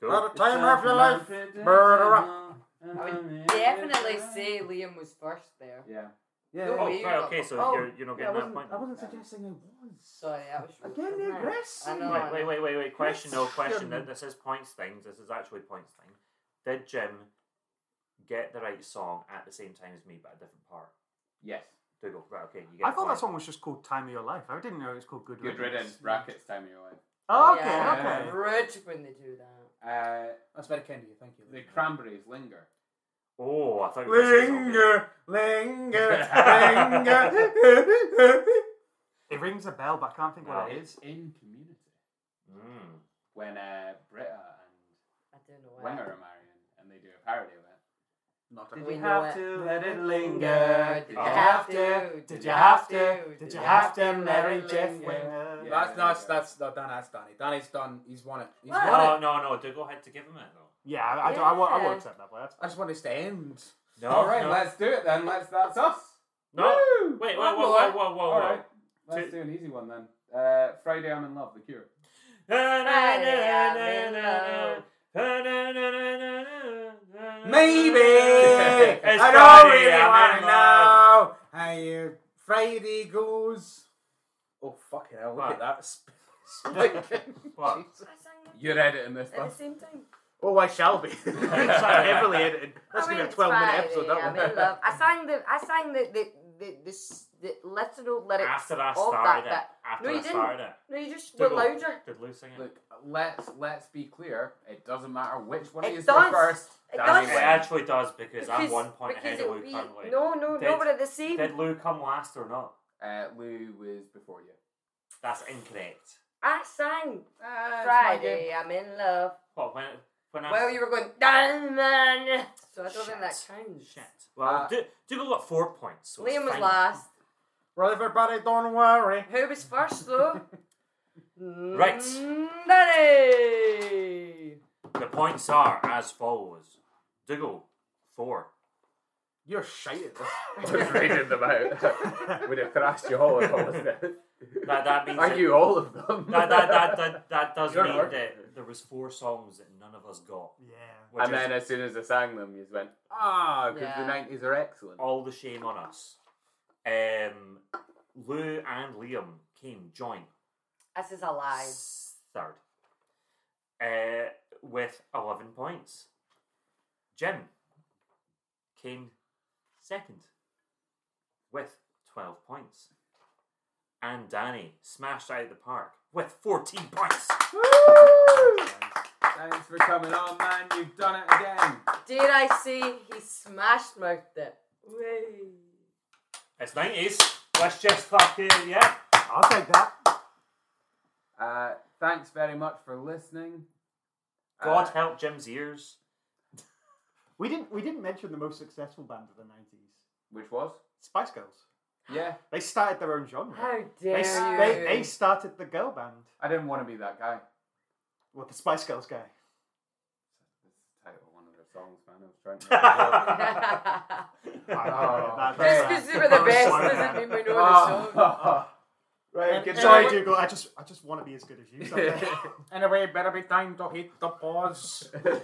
Speaker 2: Cool.
Speaker 3: Not the time of your life. Murder up.
Speaker 5: I would definitely say Liam was first there.
Speaker 1: Yeah.
Speaker 3: Yeah.
Speaker 5: No,
Speaker 2: Oh,
Speaker 5: you
Speaker 2: right,
Speaker 5: got-
Speaker 2: okay, so
Speaker 3: oh,
Speaker 2: you're, you're not
Speaker 3: yeah, I,
Speaker 2: getting that
Speaker 3: wasn't,
Speaker 2: point.
Speaker 3: I wasn't
Speaker 1: then.
Speaker 3: suggesting I was.
Speaker 5: Sorry, that was rude,
Speaker 3: Again,
Speaker 5: wasn't
Speaker 3: the
Speaker 5: it?
Speaker 3: aggressive.
Speaker 5: I know.
Speaker 2: Wait, wait, wait, wait, wait. Question, no question.
Speaker 3: Question.
Speaker 2: This is points things. This is actually points thing. Did Jim get the right song at the same time as me, but a different part?
Speaker 1: Yes.
Speaker 2: Dougal, right? Okay, you get.
Speaker 6: I
Speaker 2: a
Speaker 6: thought that
Speaker 2: point.
Speaker 6: song was just called "Time of Your Life." I didn't know it was called "Good
Speaker 1: Good Riddance. Brackets. Time of your life.
Speaker 6: Oh, okay,
Speaker 5: Yeah,
Speaker 6: okay.
Speaker 5: Rude when they do that.
Speaker 1: Uh,
Speaker 3: That's very kind of you. Thank you.
Speaker 1: the Cranberries. Linger.
Speaker 2: Oh, I thought. you were gonna say something.
Speaker 3: linger,
Speaker 6: It rings a bell, but I can't think what
Speaker 2: No.
Speaker 6: it is.
Speaker 1: In Community.
Speaker 2: Mm.
Speaker 1: When uh, Britta and
Speaker 5: I don't know
Speaker 1: Winger
Speaker 5: why.
Speaker 1: are marrying and they do a parody of it.
Speaker 3: Not
Speaker 5: Did
Speaker 3: a
Speaker 5: we have
Speaker 1: to
Speaker 3: let it
Speaker 5: linger? Did you have to?
Speaker 6: Did you have to? Did you have to marry
Speaker 5: let it
Speaker 6: Jeff
Speaker 5: linger?
Speaker 6: Winger?
Speaker 1: Yeah.
Speaker 3: That's that's that's no, Dan. That's Danny. Danny's done. He's won it. He's
Speaker 5: What?
Speaker 3: won it.
Speaker 2: No, no, no. Dougal had to give him it though.
Speaker 6: Yeah, I, I, don't- I, won't, I
Speaker 5: Yeah.
Speaker 6: won't accept that. But that's
Speaker 3: I just want this to end.
Speaker 2: Oh, No,
Speaker 1: All right,
Speaker 2: no.
Speaker 1: let's do it then. Let's. That's us.
Speaker 2: No.
Speaker 1: Woo!
Speaker 2: Wait, whoa,
Speaker 1: One
Speaker 2: whoa, whoa,
Speaker 1: more.
Speaker 2: whoa, whoa,
Speaker 1: All
Speaker 2: whoa.
Speaker 1: right. Let's do an easy one then. Uh, Friday I'm in love, The Cure.
Speaker 3: Maybe
Speaker 2: It's
Speaker 3: I don't
Speaker 2: Friday,
Speaker 3: really
Speaker 2: I'm
Speaker 3: want
Speaker 2: in
Speaker 3: to
Speaker 2: love.
Speaker 3: know how your Friday goes. Oh fucking hell! Look
Speaker 2: What?
Speaker 3: at that. sp- spike.
Speaker 2: What?
Speaker 5: I sang them
Speaker 1: You're editing this
Speaker 5: at
Speaker 1: one.
Speaker 5: the same time.
Speaker 3: oh, I shall be. It's heavily edited. That's
Speaker 5: I
Speaker 3: gonna
Speaker 5: mean,
Speaker 3: be a
Speaker 5: it's
Speaker 3: twelve-minute
Speaker 5: Friday,
Speaker 3: episode. That
Speaker 5: I'm
Speaker 3: one.
Speaker 5: in love. I sang the I sang the the the, the, s- the literal lyrics.
Speaker 2: After I
Speaker 5: of that
Speaker 2: started it.
Speaker 5: bit.
Speaker 2: After
Speaker 5: No, you
Speaker 2: I started it.
Speaker 5: No, you just were
Speaker 2: Dougal.
Speaker 5: louder.
Speaker 2: Did Lou sing it?
Speaker 1: Look, let's let's be clear. It doesn't matter which one
Speaker 5: It
Speaker 1: is
Speaker 5: does.
Speaker 1: the first.
Speaker 5: It
Speaker 1: Damn
Speaker 2: I mean,
Speaker 5: does.
Speaker 2: it actually does because, I'm one point ahead of
Speaker 5: because it'll
Speaker 2: Lou
Speaker 5: be-
Speaker 2: currently.
Speaker 5: No, no,
Speaker 2: Did-
Speaker 5: no, we're at the same.
Speaker 2: Did Lou come last or not?
Speaker 1: Uh, Lou was before you.
Speaker 2: That's incorrect.
Speaker 5: I sang
Speaker 1: Uh,
Speaker 5: Friday, I'm in love.
Speaker 2: Well, when when I
Speaker 5: Well, you were going, Diamond! So I don't think that
Speaker 2: Shit.
Speaker 5: counts.
Speaker 2: shit. Well,
Speaker 1: Uh,
Speaker 2: Du Dougal got four points. So it's
Speaker 5: Liam was
Speaker 2: fine.
Speaker 5: last.
Speaker 3: Well, everybody, don't worry.
Speaker 5: Who was first, though?
Speaker 2: Right.
Speaker 5: Nanny!
Speaker 2: The points are as follows: Dougal four,
Speaker 3: You're shite at this.
Speaker 1: Just reading them out. Would have thrashed you all if I was there.
Speaker 2: That that means
Speaker 1: Are
Speaker 2: that-
Speaker 1: you all of them?
Speaker 2: That, that, that, that, that does
Speaker 1: You're
Speaker 2: mean
Speaker 1: hard.
Speaker 2: that there was four songs that none of us got.
Speaker 6: Yeah.
Speaker 2: Which
Speaker 1: and
Speaker 2: is
Speaker 1: then as soon as I sang them, you went, ah, because
Speaker 5: Yeah.
Speaker 1: the 90s are excellent.
Speaker 2: all the shame on us. Um, Lou and Liam came joint
Speaker 5: This is a lie.
Speaker 2: third uh, with 11 points. Jim came second with 12 points. And Danny smashed out of the park with 14 points.
Speaker 1: Thanks for coming on, man. You've done it again.
Speaker 5: Did I see he smashed mouthed it? Way.
Speaker 2: It's 90s. Let's just fucking, yeah.
Speaker 6: I'll take that.
Speaker 1: Uh, thanks very much for listening.
Speaker 2: God
Speaker 1: Uh,
Speaker 2: help Jim's ears.
Speaker 6: We didn't we didn't mention the most successful band of the nineties.
Speaker 1: which was?
Speaker 6: Spice Girls.
Speaker 1: Yeah,
Speaker 6: They started their own genre.
Speaker 5: How
Speaker 6: they,
Speaker 5: dare
Speaker 6: s-
Speaker 5: you?
Speaker 6: they they started the girl band.
Speaker 1: I didn't want to be that guy.
Speaker 6: Well, the Spice Girls guy.
Speaker 1: This is the title of one of their songs, man. I was trying to.
Speaker 6: That-
Speaker 5: Just
Speaker 6: that's-
Speaker 5: because they were the
Speaker 6: Oh,
Speaker 5: best
Speaker 6: sorry.
Speaker 5: doesn't mean we know
Speaker 1: Oh.
Speaker 5: the song.
Speaker 6: Right,
Speaker 3: And-
Speaker 6: sorry,
Speaker 3: and-
Speaker 6: Dougal. I just I just want to be as good as you. someday.
Speaker 3: Anyway, better be time to hit the pause.
Speaker 1: Oh.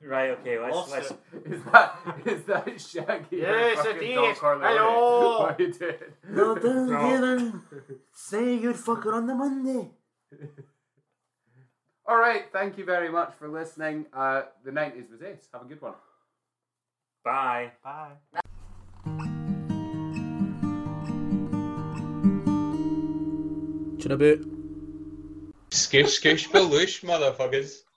Speaker 2: Right, okay, let's.
Speaker 6: Lost
Speaker 2: let's
Speaker 6: it.
Speaker 1: Is that is that Shaggy? or
Speaker 3: Yes, it
Speaker 1: fucking
Speaker 3: is.
Speaker 1: Don Corleone?
Speaker 3: Hello.
Speaker 1: What you did?
Speaker 3: Say you'd fuck her on the Monday.
Speaker 1: All right, thank you very much for listening. Uh, the nineties was ace. Have a good one.
Speaker 2: Bye.
Speaker 6: Bye.
Speaker 8: Skoosh, skoosh, baloosh, motherfuckers.